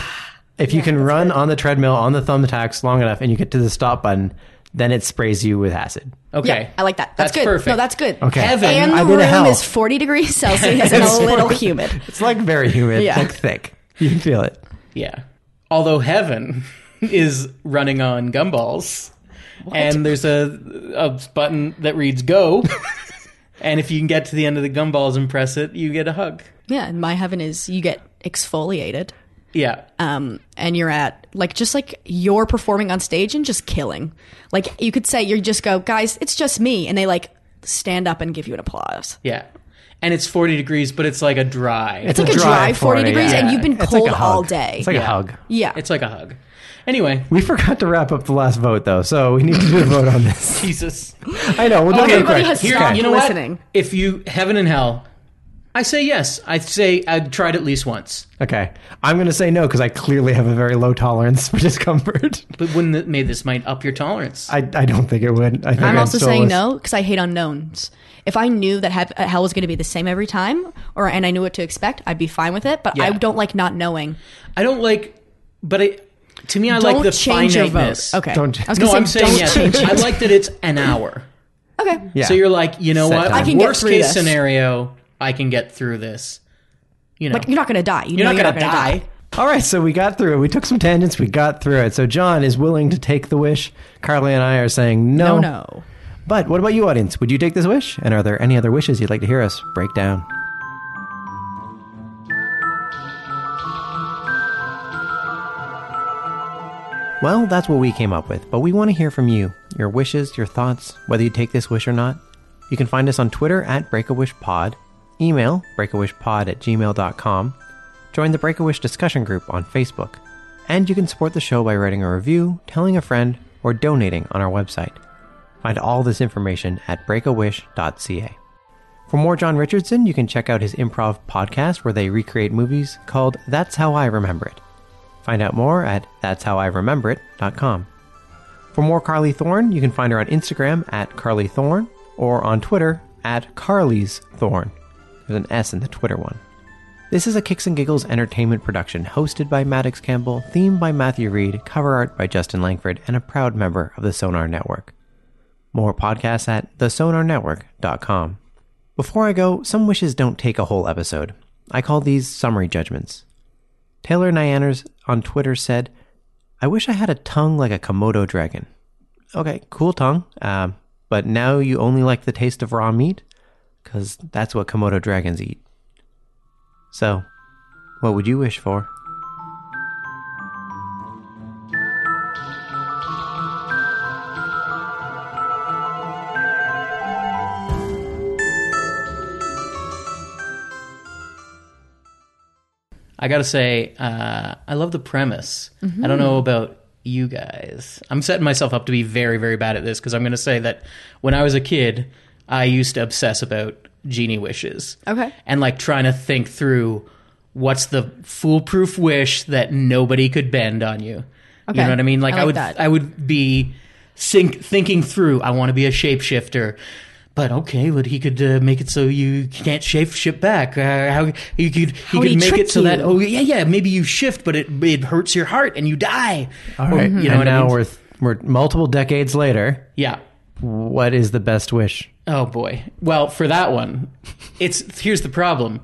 Speaker 1: if you can run on the treadmill on the thumbtacks long enough, and you get to the stop button, then it sprays you with acid.
Speaker 3: Okay.
Speaker 2: yeah, I like that. That's,
Speaker 3: That's
Speaker 2: good.
Speaker 3: perfect.
Speaker 2: No, that's good.
Speaker 1: Okay.
Speaker 3: Heaven.
Speaker 2: And
Speaker 1: I
Speaker 2: the
Speaker 1: did a hell.
Speaker 2: room is forty degrees Celsius and a little humid.
Speaker 1: It's like very humid,
Speaker 2: Yeah.
Speaker 1: like thick. You can feel it.
Speaker 3: Yeah. Although heaven is running on gumballs, and there's a a button that reads go, and if you can get to the end of the gumballs and press it, you get a hug.
Speaker 2: Yeah, and my heaven is you get exfoliated.
Speaker 3: Yeah.
Speaker 2: um, and you're at like just like you're performing on stage and just killing. Like you could say you just go, guys, it's just me, and they like stand up and give you an applause.
Speaker 3: Yeah. And it's 40 degrees, but it's like a dry.
Speaker 2: It's like a dry 40 degrees,
Speaker 1: yeah.
Speaker 2: and you've been
Speaker 1: It's like
Speaker 2: cold
Speaker 1: a hug.
Speaker 2: all day.
Speaker 1: It's like a
Speaker 3: Yeah.
Speaker 1: hug.
Speaker 2: yeah,
Speaker 3: It's like a hug. Anyway,
Speaker 1: We forgot to wrap up the last vote though, so we need to do a vote on this.
Speaker 3: Jesus.
Speaker 1: I know. We'll do it
Speaker 2: Everybody
Speaker 1: quick.
Speaker 2: has
Speaker 3: Here,
Speaker 2: Stop
Speaker 3: you know
Speaker 2: listening.
Speaker 3: what? If you heaven and hell, I say yes. I say I tried at least once.
Speaker 1: Okay. I'm going to say no because I clearly have a very low tolerance for discomfort.
Speaker 3: But wouldn't it made this might up your tolerance?
Speaker 1: I, I don't think it would. I think
Speaker 2: I'm
Speaker 1: I'd
Speaker 2: also
Speaker 1: still
Speaker 2: saying
Speaker 1: list-
Speaker 2: no because I hate unknowns. If I knew that hev- hell was going to be the same every time, or and I knew what to expect, I'd be fine with it. But I
Speaker 3: Yeah.
Speaker 2: don't like not knowing.
Speaker 3: I don't like, but I, to me, I
Speaker 2: Don't
Speaker 3: like the
Speaker 2: change your vote.
Speaker 3: finiteness.
Speaker 2: Okay.
Speaker 1: Don't-
Speaker 2: I was
Speaker 3: No,
Speaker 2: gonna
Speaker 3: I'm
Speaker 2: say,
Speaker 3: saying
Speaker 2: don't
Speaker 3: yes.
Speaker 2: change
Speaker 3: I
Speaker 2: it.
Speaker 3: like that it's an hour.
Speaker 2: Okay.
Speaker 1: Yeah.
Speaker 3: So you're like, you know
Speaker 1: Set
Speaker 3: what?
Speaker 1: time. I
Speaker 2: can get
Speaker 3: Worst
Speaker 2: through
Speaker 3: case
Speaker 2: this.
Speaker 3: scenario, I can get through this. You know,
Speaker 2: Like you're not going to die. You
Speaker 3: you're
Speaker 2: know
Speaker 3: not
Speaker 2: you're
Speaker 3: gonna
Speaker 2: not going to
Speaker 3: die.
Speaker 2: die.
Speaker 1: All right. So we got through it. We took some tangents. We got through it. So John is willing to take the wish. Carly and I are saying no.
Speaker 2: No, no.
Speaker 1: But what about you, audience? Would you take this wish? And are there any other wishes you'd like to hear us break down? Well, that's what we came up with, but we want to hear from you your wishes, your thoughts, whether you take this wish or not. You can find us on Twitter at Break a Wish Pod, email breakawishpod at gmail.com, join the Break a Wish discussion group on Facebook, and you can support the show by writing a review, telling a friend, or donating on our website. Find all this information at breakawish.ca. For more John Richardson, you can check out his improv podcast where they recreate movies called That's How I Remember It. Find out more at that'showirememberit.com. For more Carly Thorne, you can find her on Instagram at Carly Thorne or on Twitter at Carly's Thorne. There's an S in the Twitter one. This is a Kicks and Giggles entertainment production hosted by Maddox Campbell, themed by Matthew Reed, cover art by Justin Langford, and a proud member of the Sonar Network. More podcasts at thesonarnetwork.com. Before I go, some wishes don't take a whole episode. I call these summary judgments. Taylor Nyaners on Twitter said, I wish I had a tongue like a Komodo dragon. Okay, cool tongue, um, but now you only like the taste of raw meat? Because that's what Komodo dragons eat. So, what would you wish for?
Speaker 3: I gotta say, uh, I love the premise. I don't know about you guys. I'm setting myself up to be very, very bad at this because I'm gonna say that when I was a kid, I used to obsess about genie wishes.
Speaker 2: Okay.
Speaker 3: And like trying to think through what's the foolproof wish that nobody could bend on you. You
Speaker 2: Okay.
Speaker 3: know what I mean? Like I,
Speaker 2: I like
Speaker 3: would,
Speaker 2: that.
Speaker 3: I would be sink, thinking through. I want to be a shapeshifter, but okay, but he could uh, make it so you can't shapeshift back. Uh, how you could he
Speaker 2: would
Speaker 3: could
Speaker 2: he
Speaker 3: make it
Speaker 2: trick
Speaker 3: so that
Speaker 2: you?
Speaker 3: oh yeah yeah maybe you shift, but it it hurts your heart and you die.
Speaker 1: All right.
Speaker 3: You know
Speaker 1: and
Speaker 3: Mm-hmm. what I
Speaker 1: now
Speaker 3: mean?
Speaker 1: we're th- we're multiple decades later.
Speaker 3: Yeah.
Speaker 1: What is the best wish?
Speaker 3: Oh boy. Well, for that one, it's here's the problem.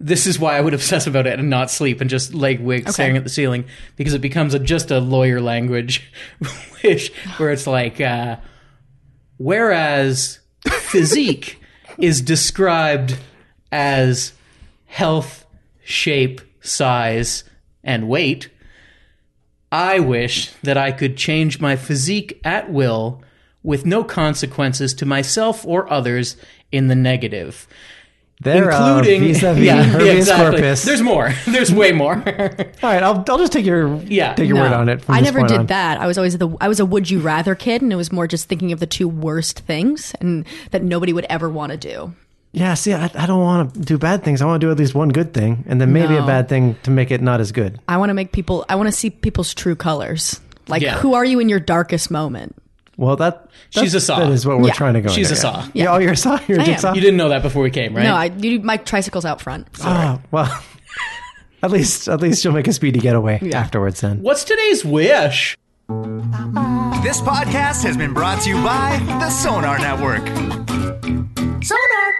Speaker 3: This is why I would obsess about it and not sleep and just leg wig staring at the ceiling because it becomes a, just a lawyer language wish where it's like, uh, whereas physique is described as health, shape, size, and weight, I wish that I could change my physique at will with no consequences to myself or others in the negative.
Speaker 1: There
Speaker 3: including
Speaker 1: uh, vis-a-vis herpes corpus.
Speaker 3: There's more. There's way more.
Speaker 1: All right, I'll, I'll just take your
Speaker 3: Yeah,
Speaker 1: take your
Speaker 3: no.
Speaker 1: word on it. From
Speaker 2: I
Speaker 1: this
Speaker 2: never
Speaker 1: point
Speaker 2: did
Speaker 1: on.
Speaker 2: that. I was always the I was a would you rather kid, and it was more just thinking of the two worst things and that nobody would ever want to do.
Speaker 1: Yeah, see, I, I don't want to do bad things. I want to do at least one good thing, and then maybe a
Speaker 2: No.
Speaker 1: bad thing to make it not as good.
Speaker 2: I want to make people. I want to see people's true colors. Like,
Speaker 3: Yeah.
Speaker 2: who are you in your darkest moment?
Speaker 1: Well, that that's-
Speaker 3: She's a saw.
Speaker 1: That is what we're
Speaker 2: Yeah.
Speaker 1: trying to go.
Speaker 3: She's
Speaker 1: into,
Speaker 3: a saw.
Speaker 1: Yeah. Oh, you're a saw. You're a
Speaker 2: I
Speaker 1: jigsaw.
Speaker 2: am.
Speaker 3: You didn't know that before we came, right?
Speaker 2: No, I you, my tricycle's out front.
Speaker 1: Oh, well, at least at least you'll make a speedy getaway afterwards. Then
Speaker 3: What's today's wish?
Speaker 4: This podcast has been brought to you by the Sonar Network.
Speaker 5: Sonar.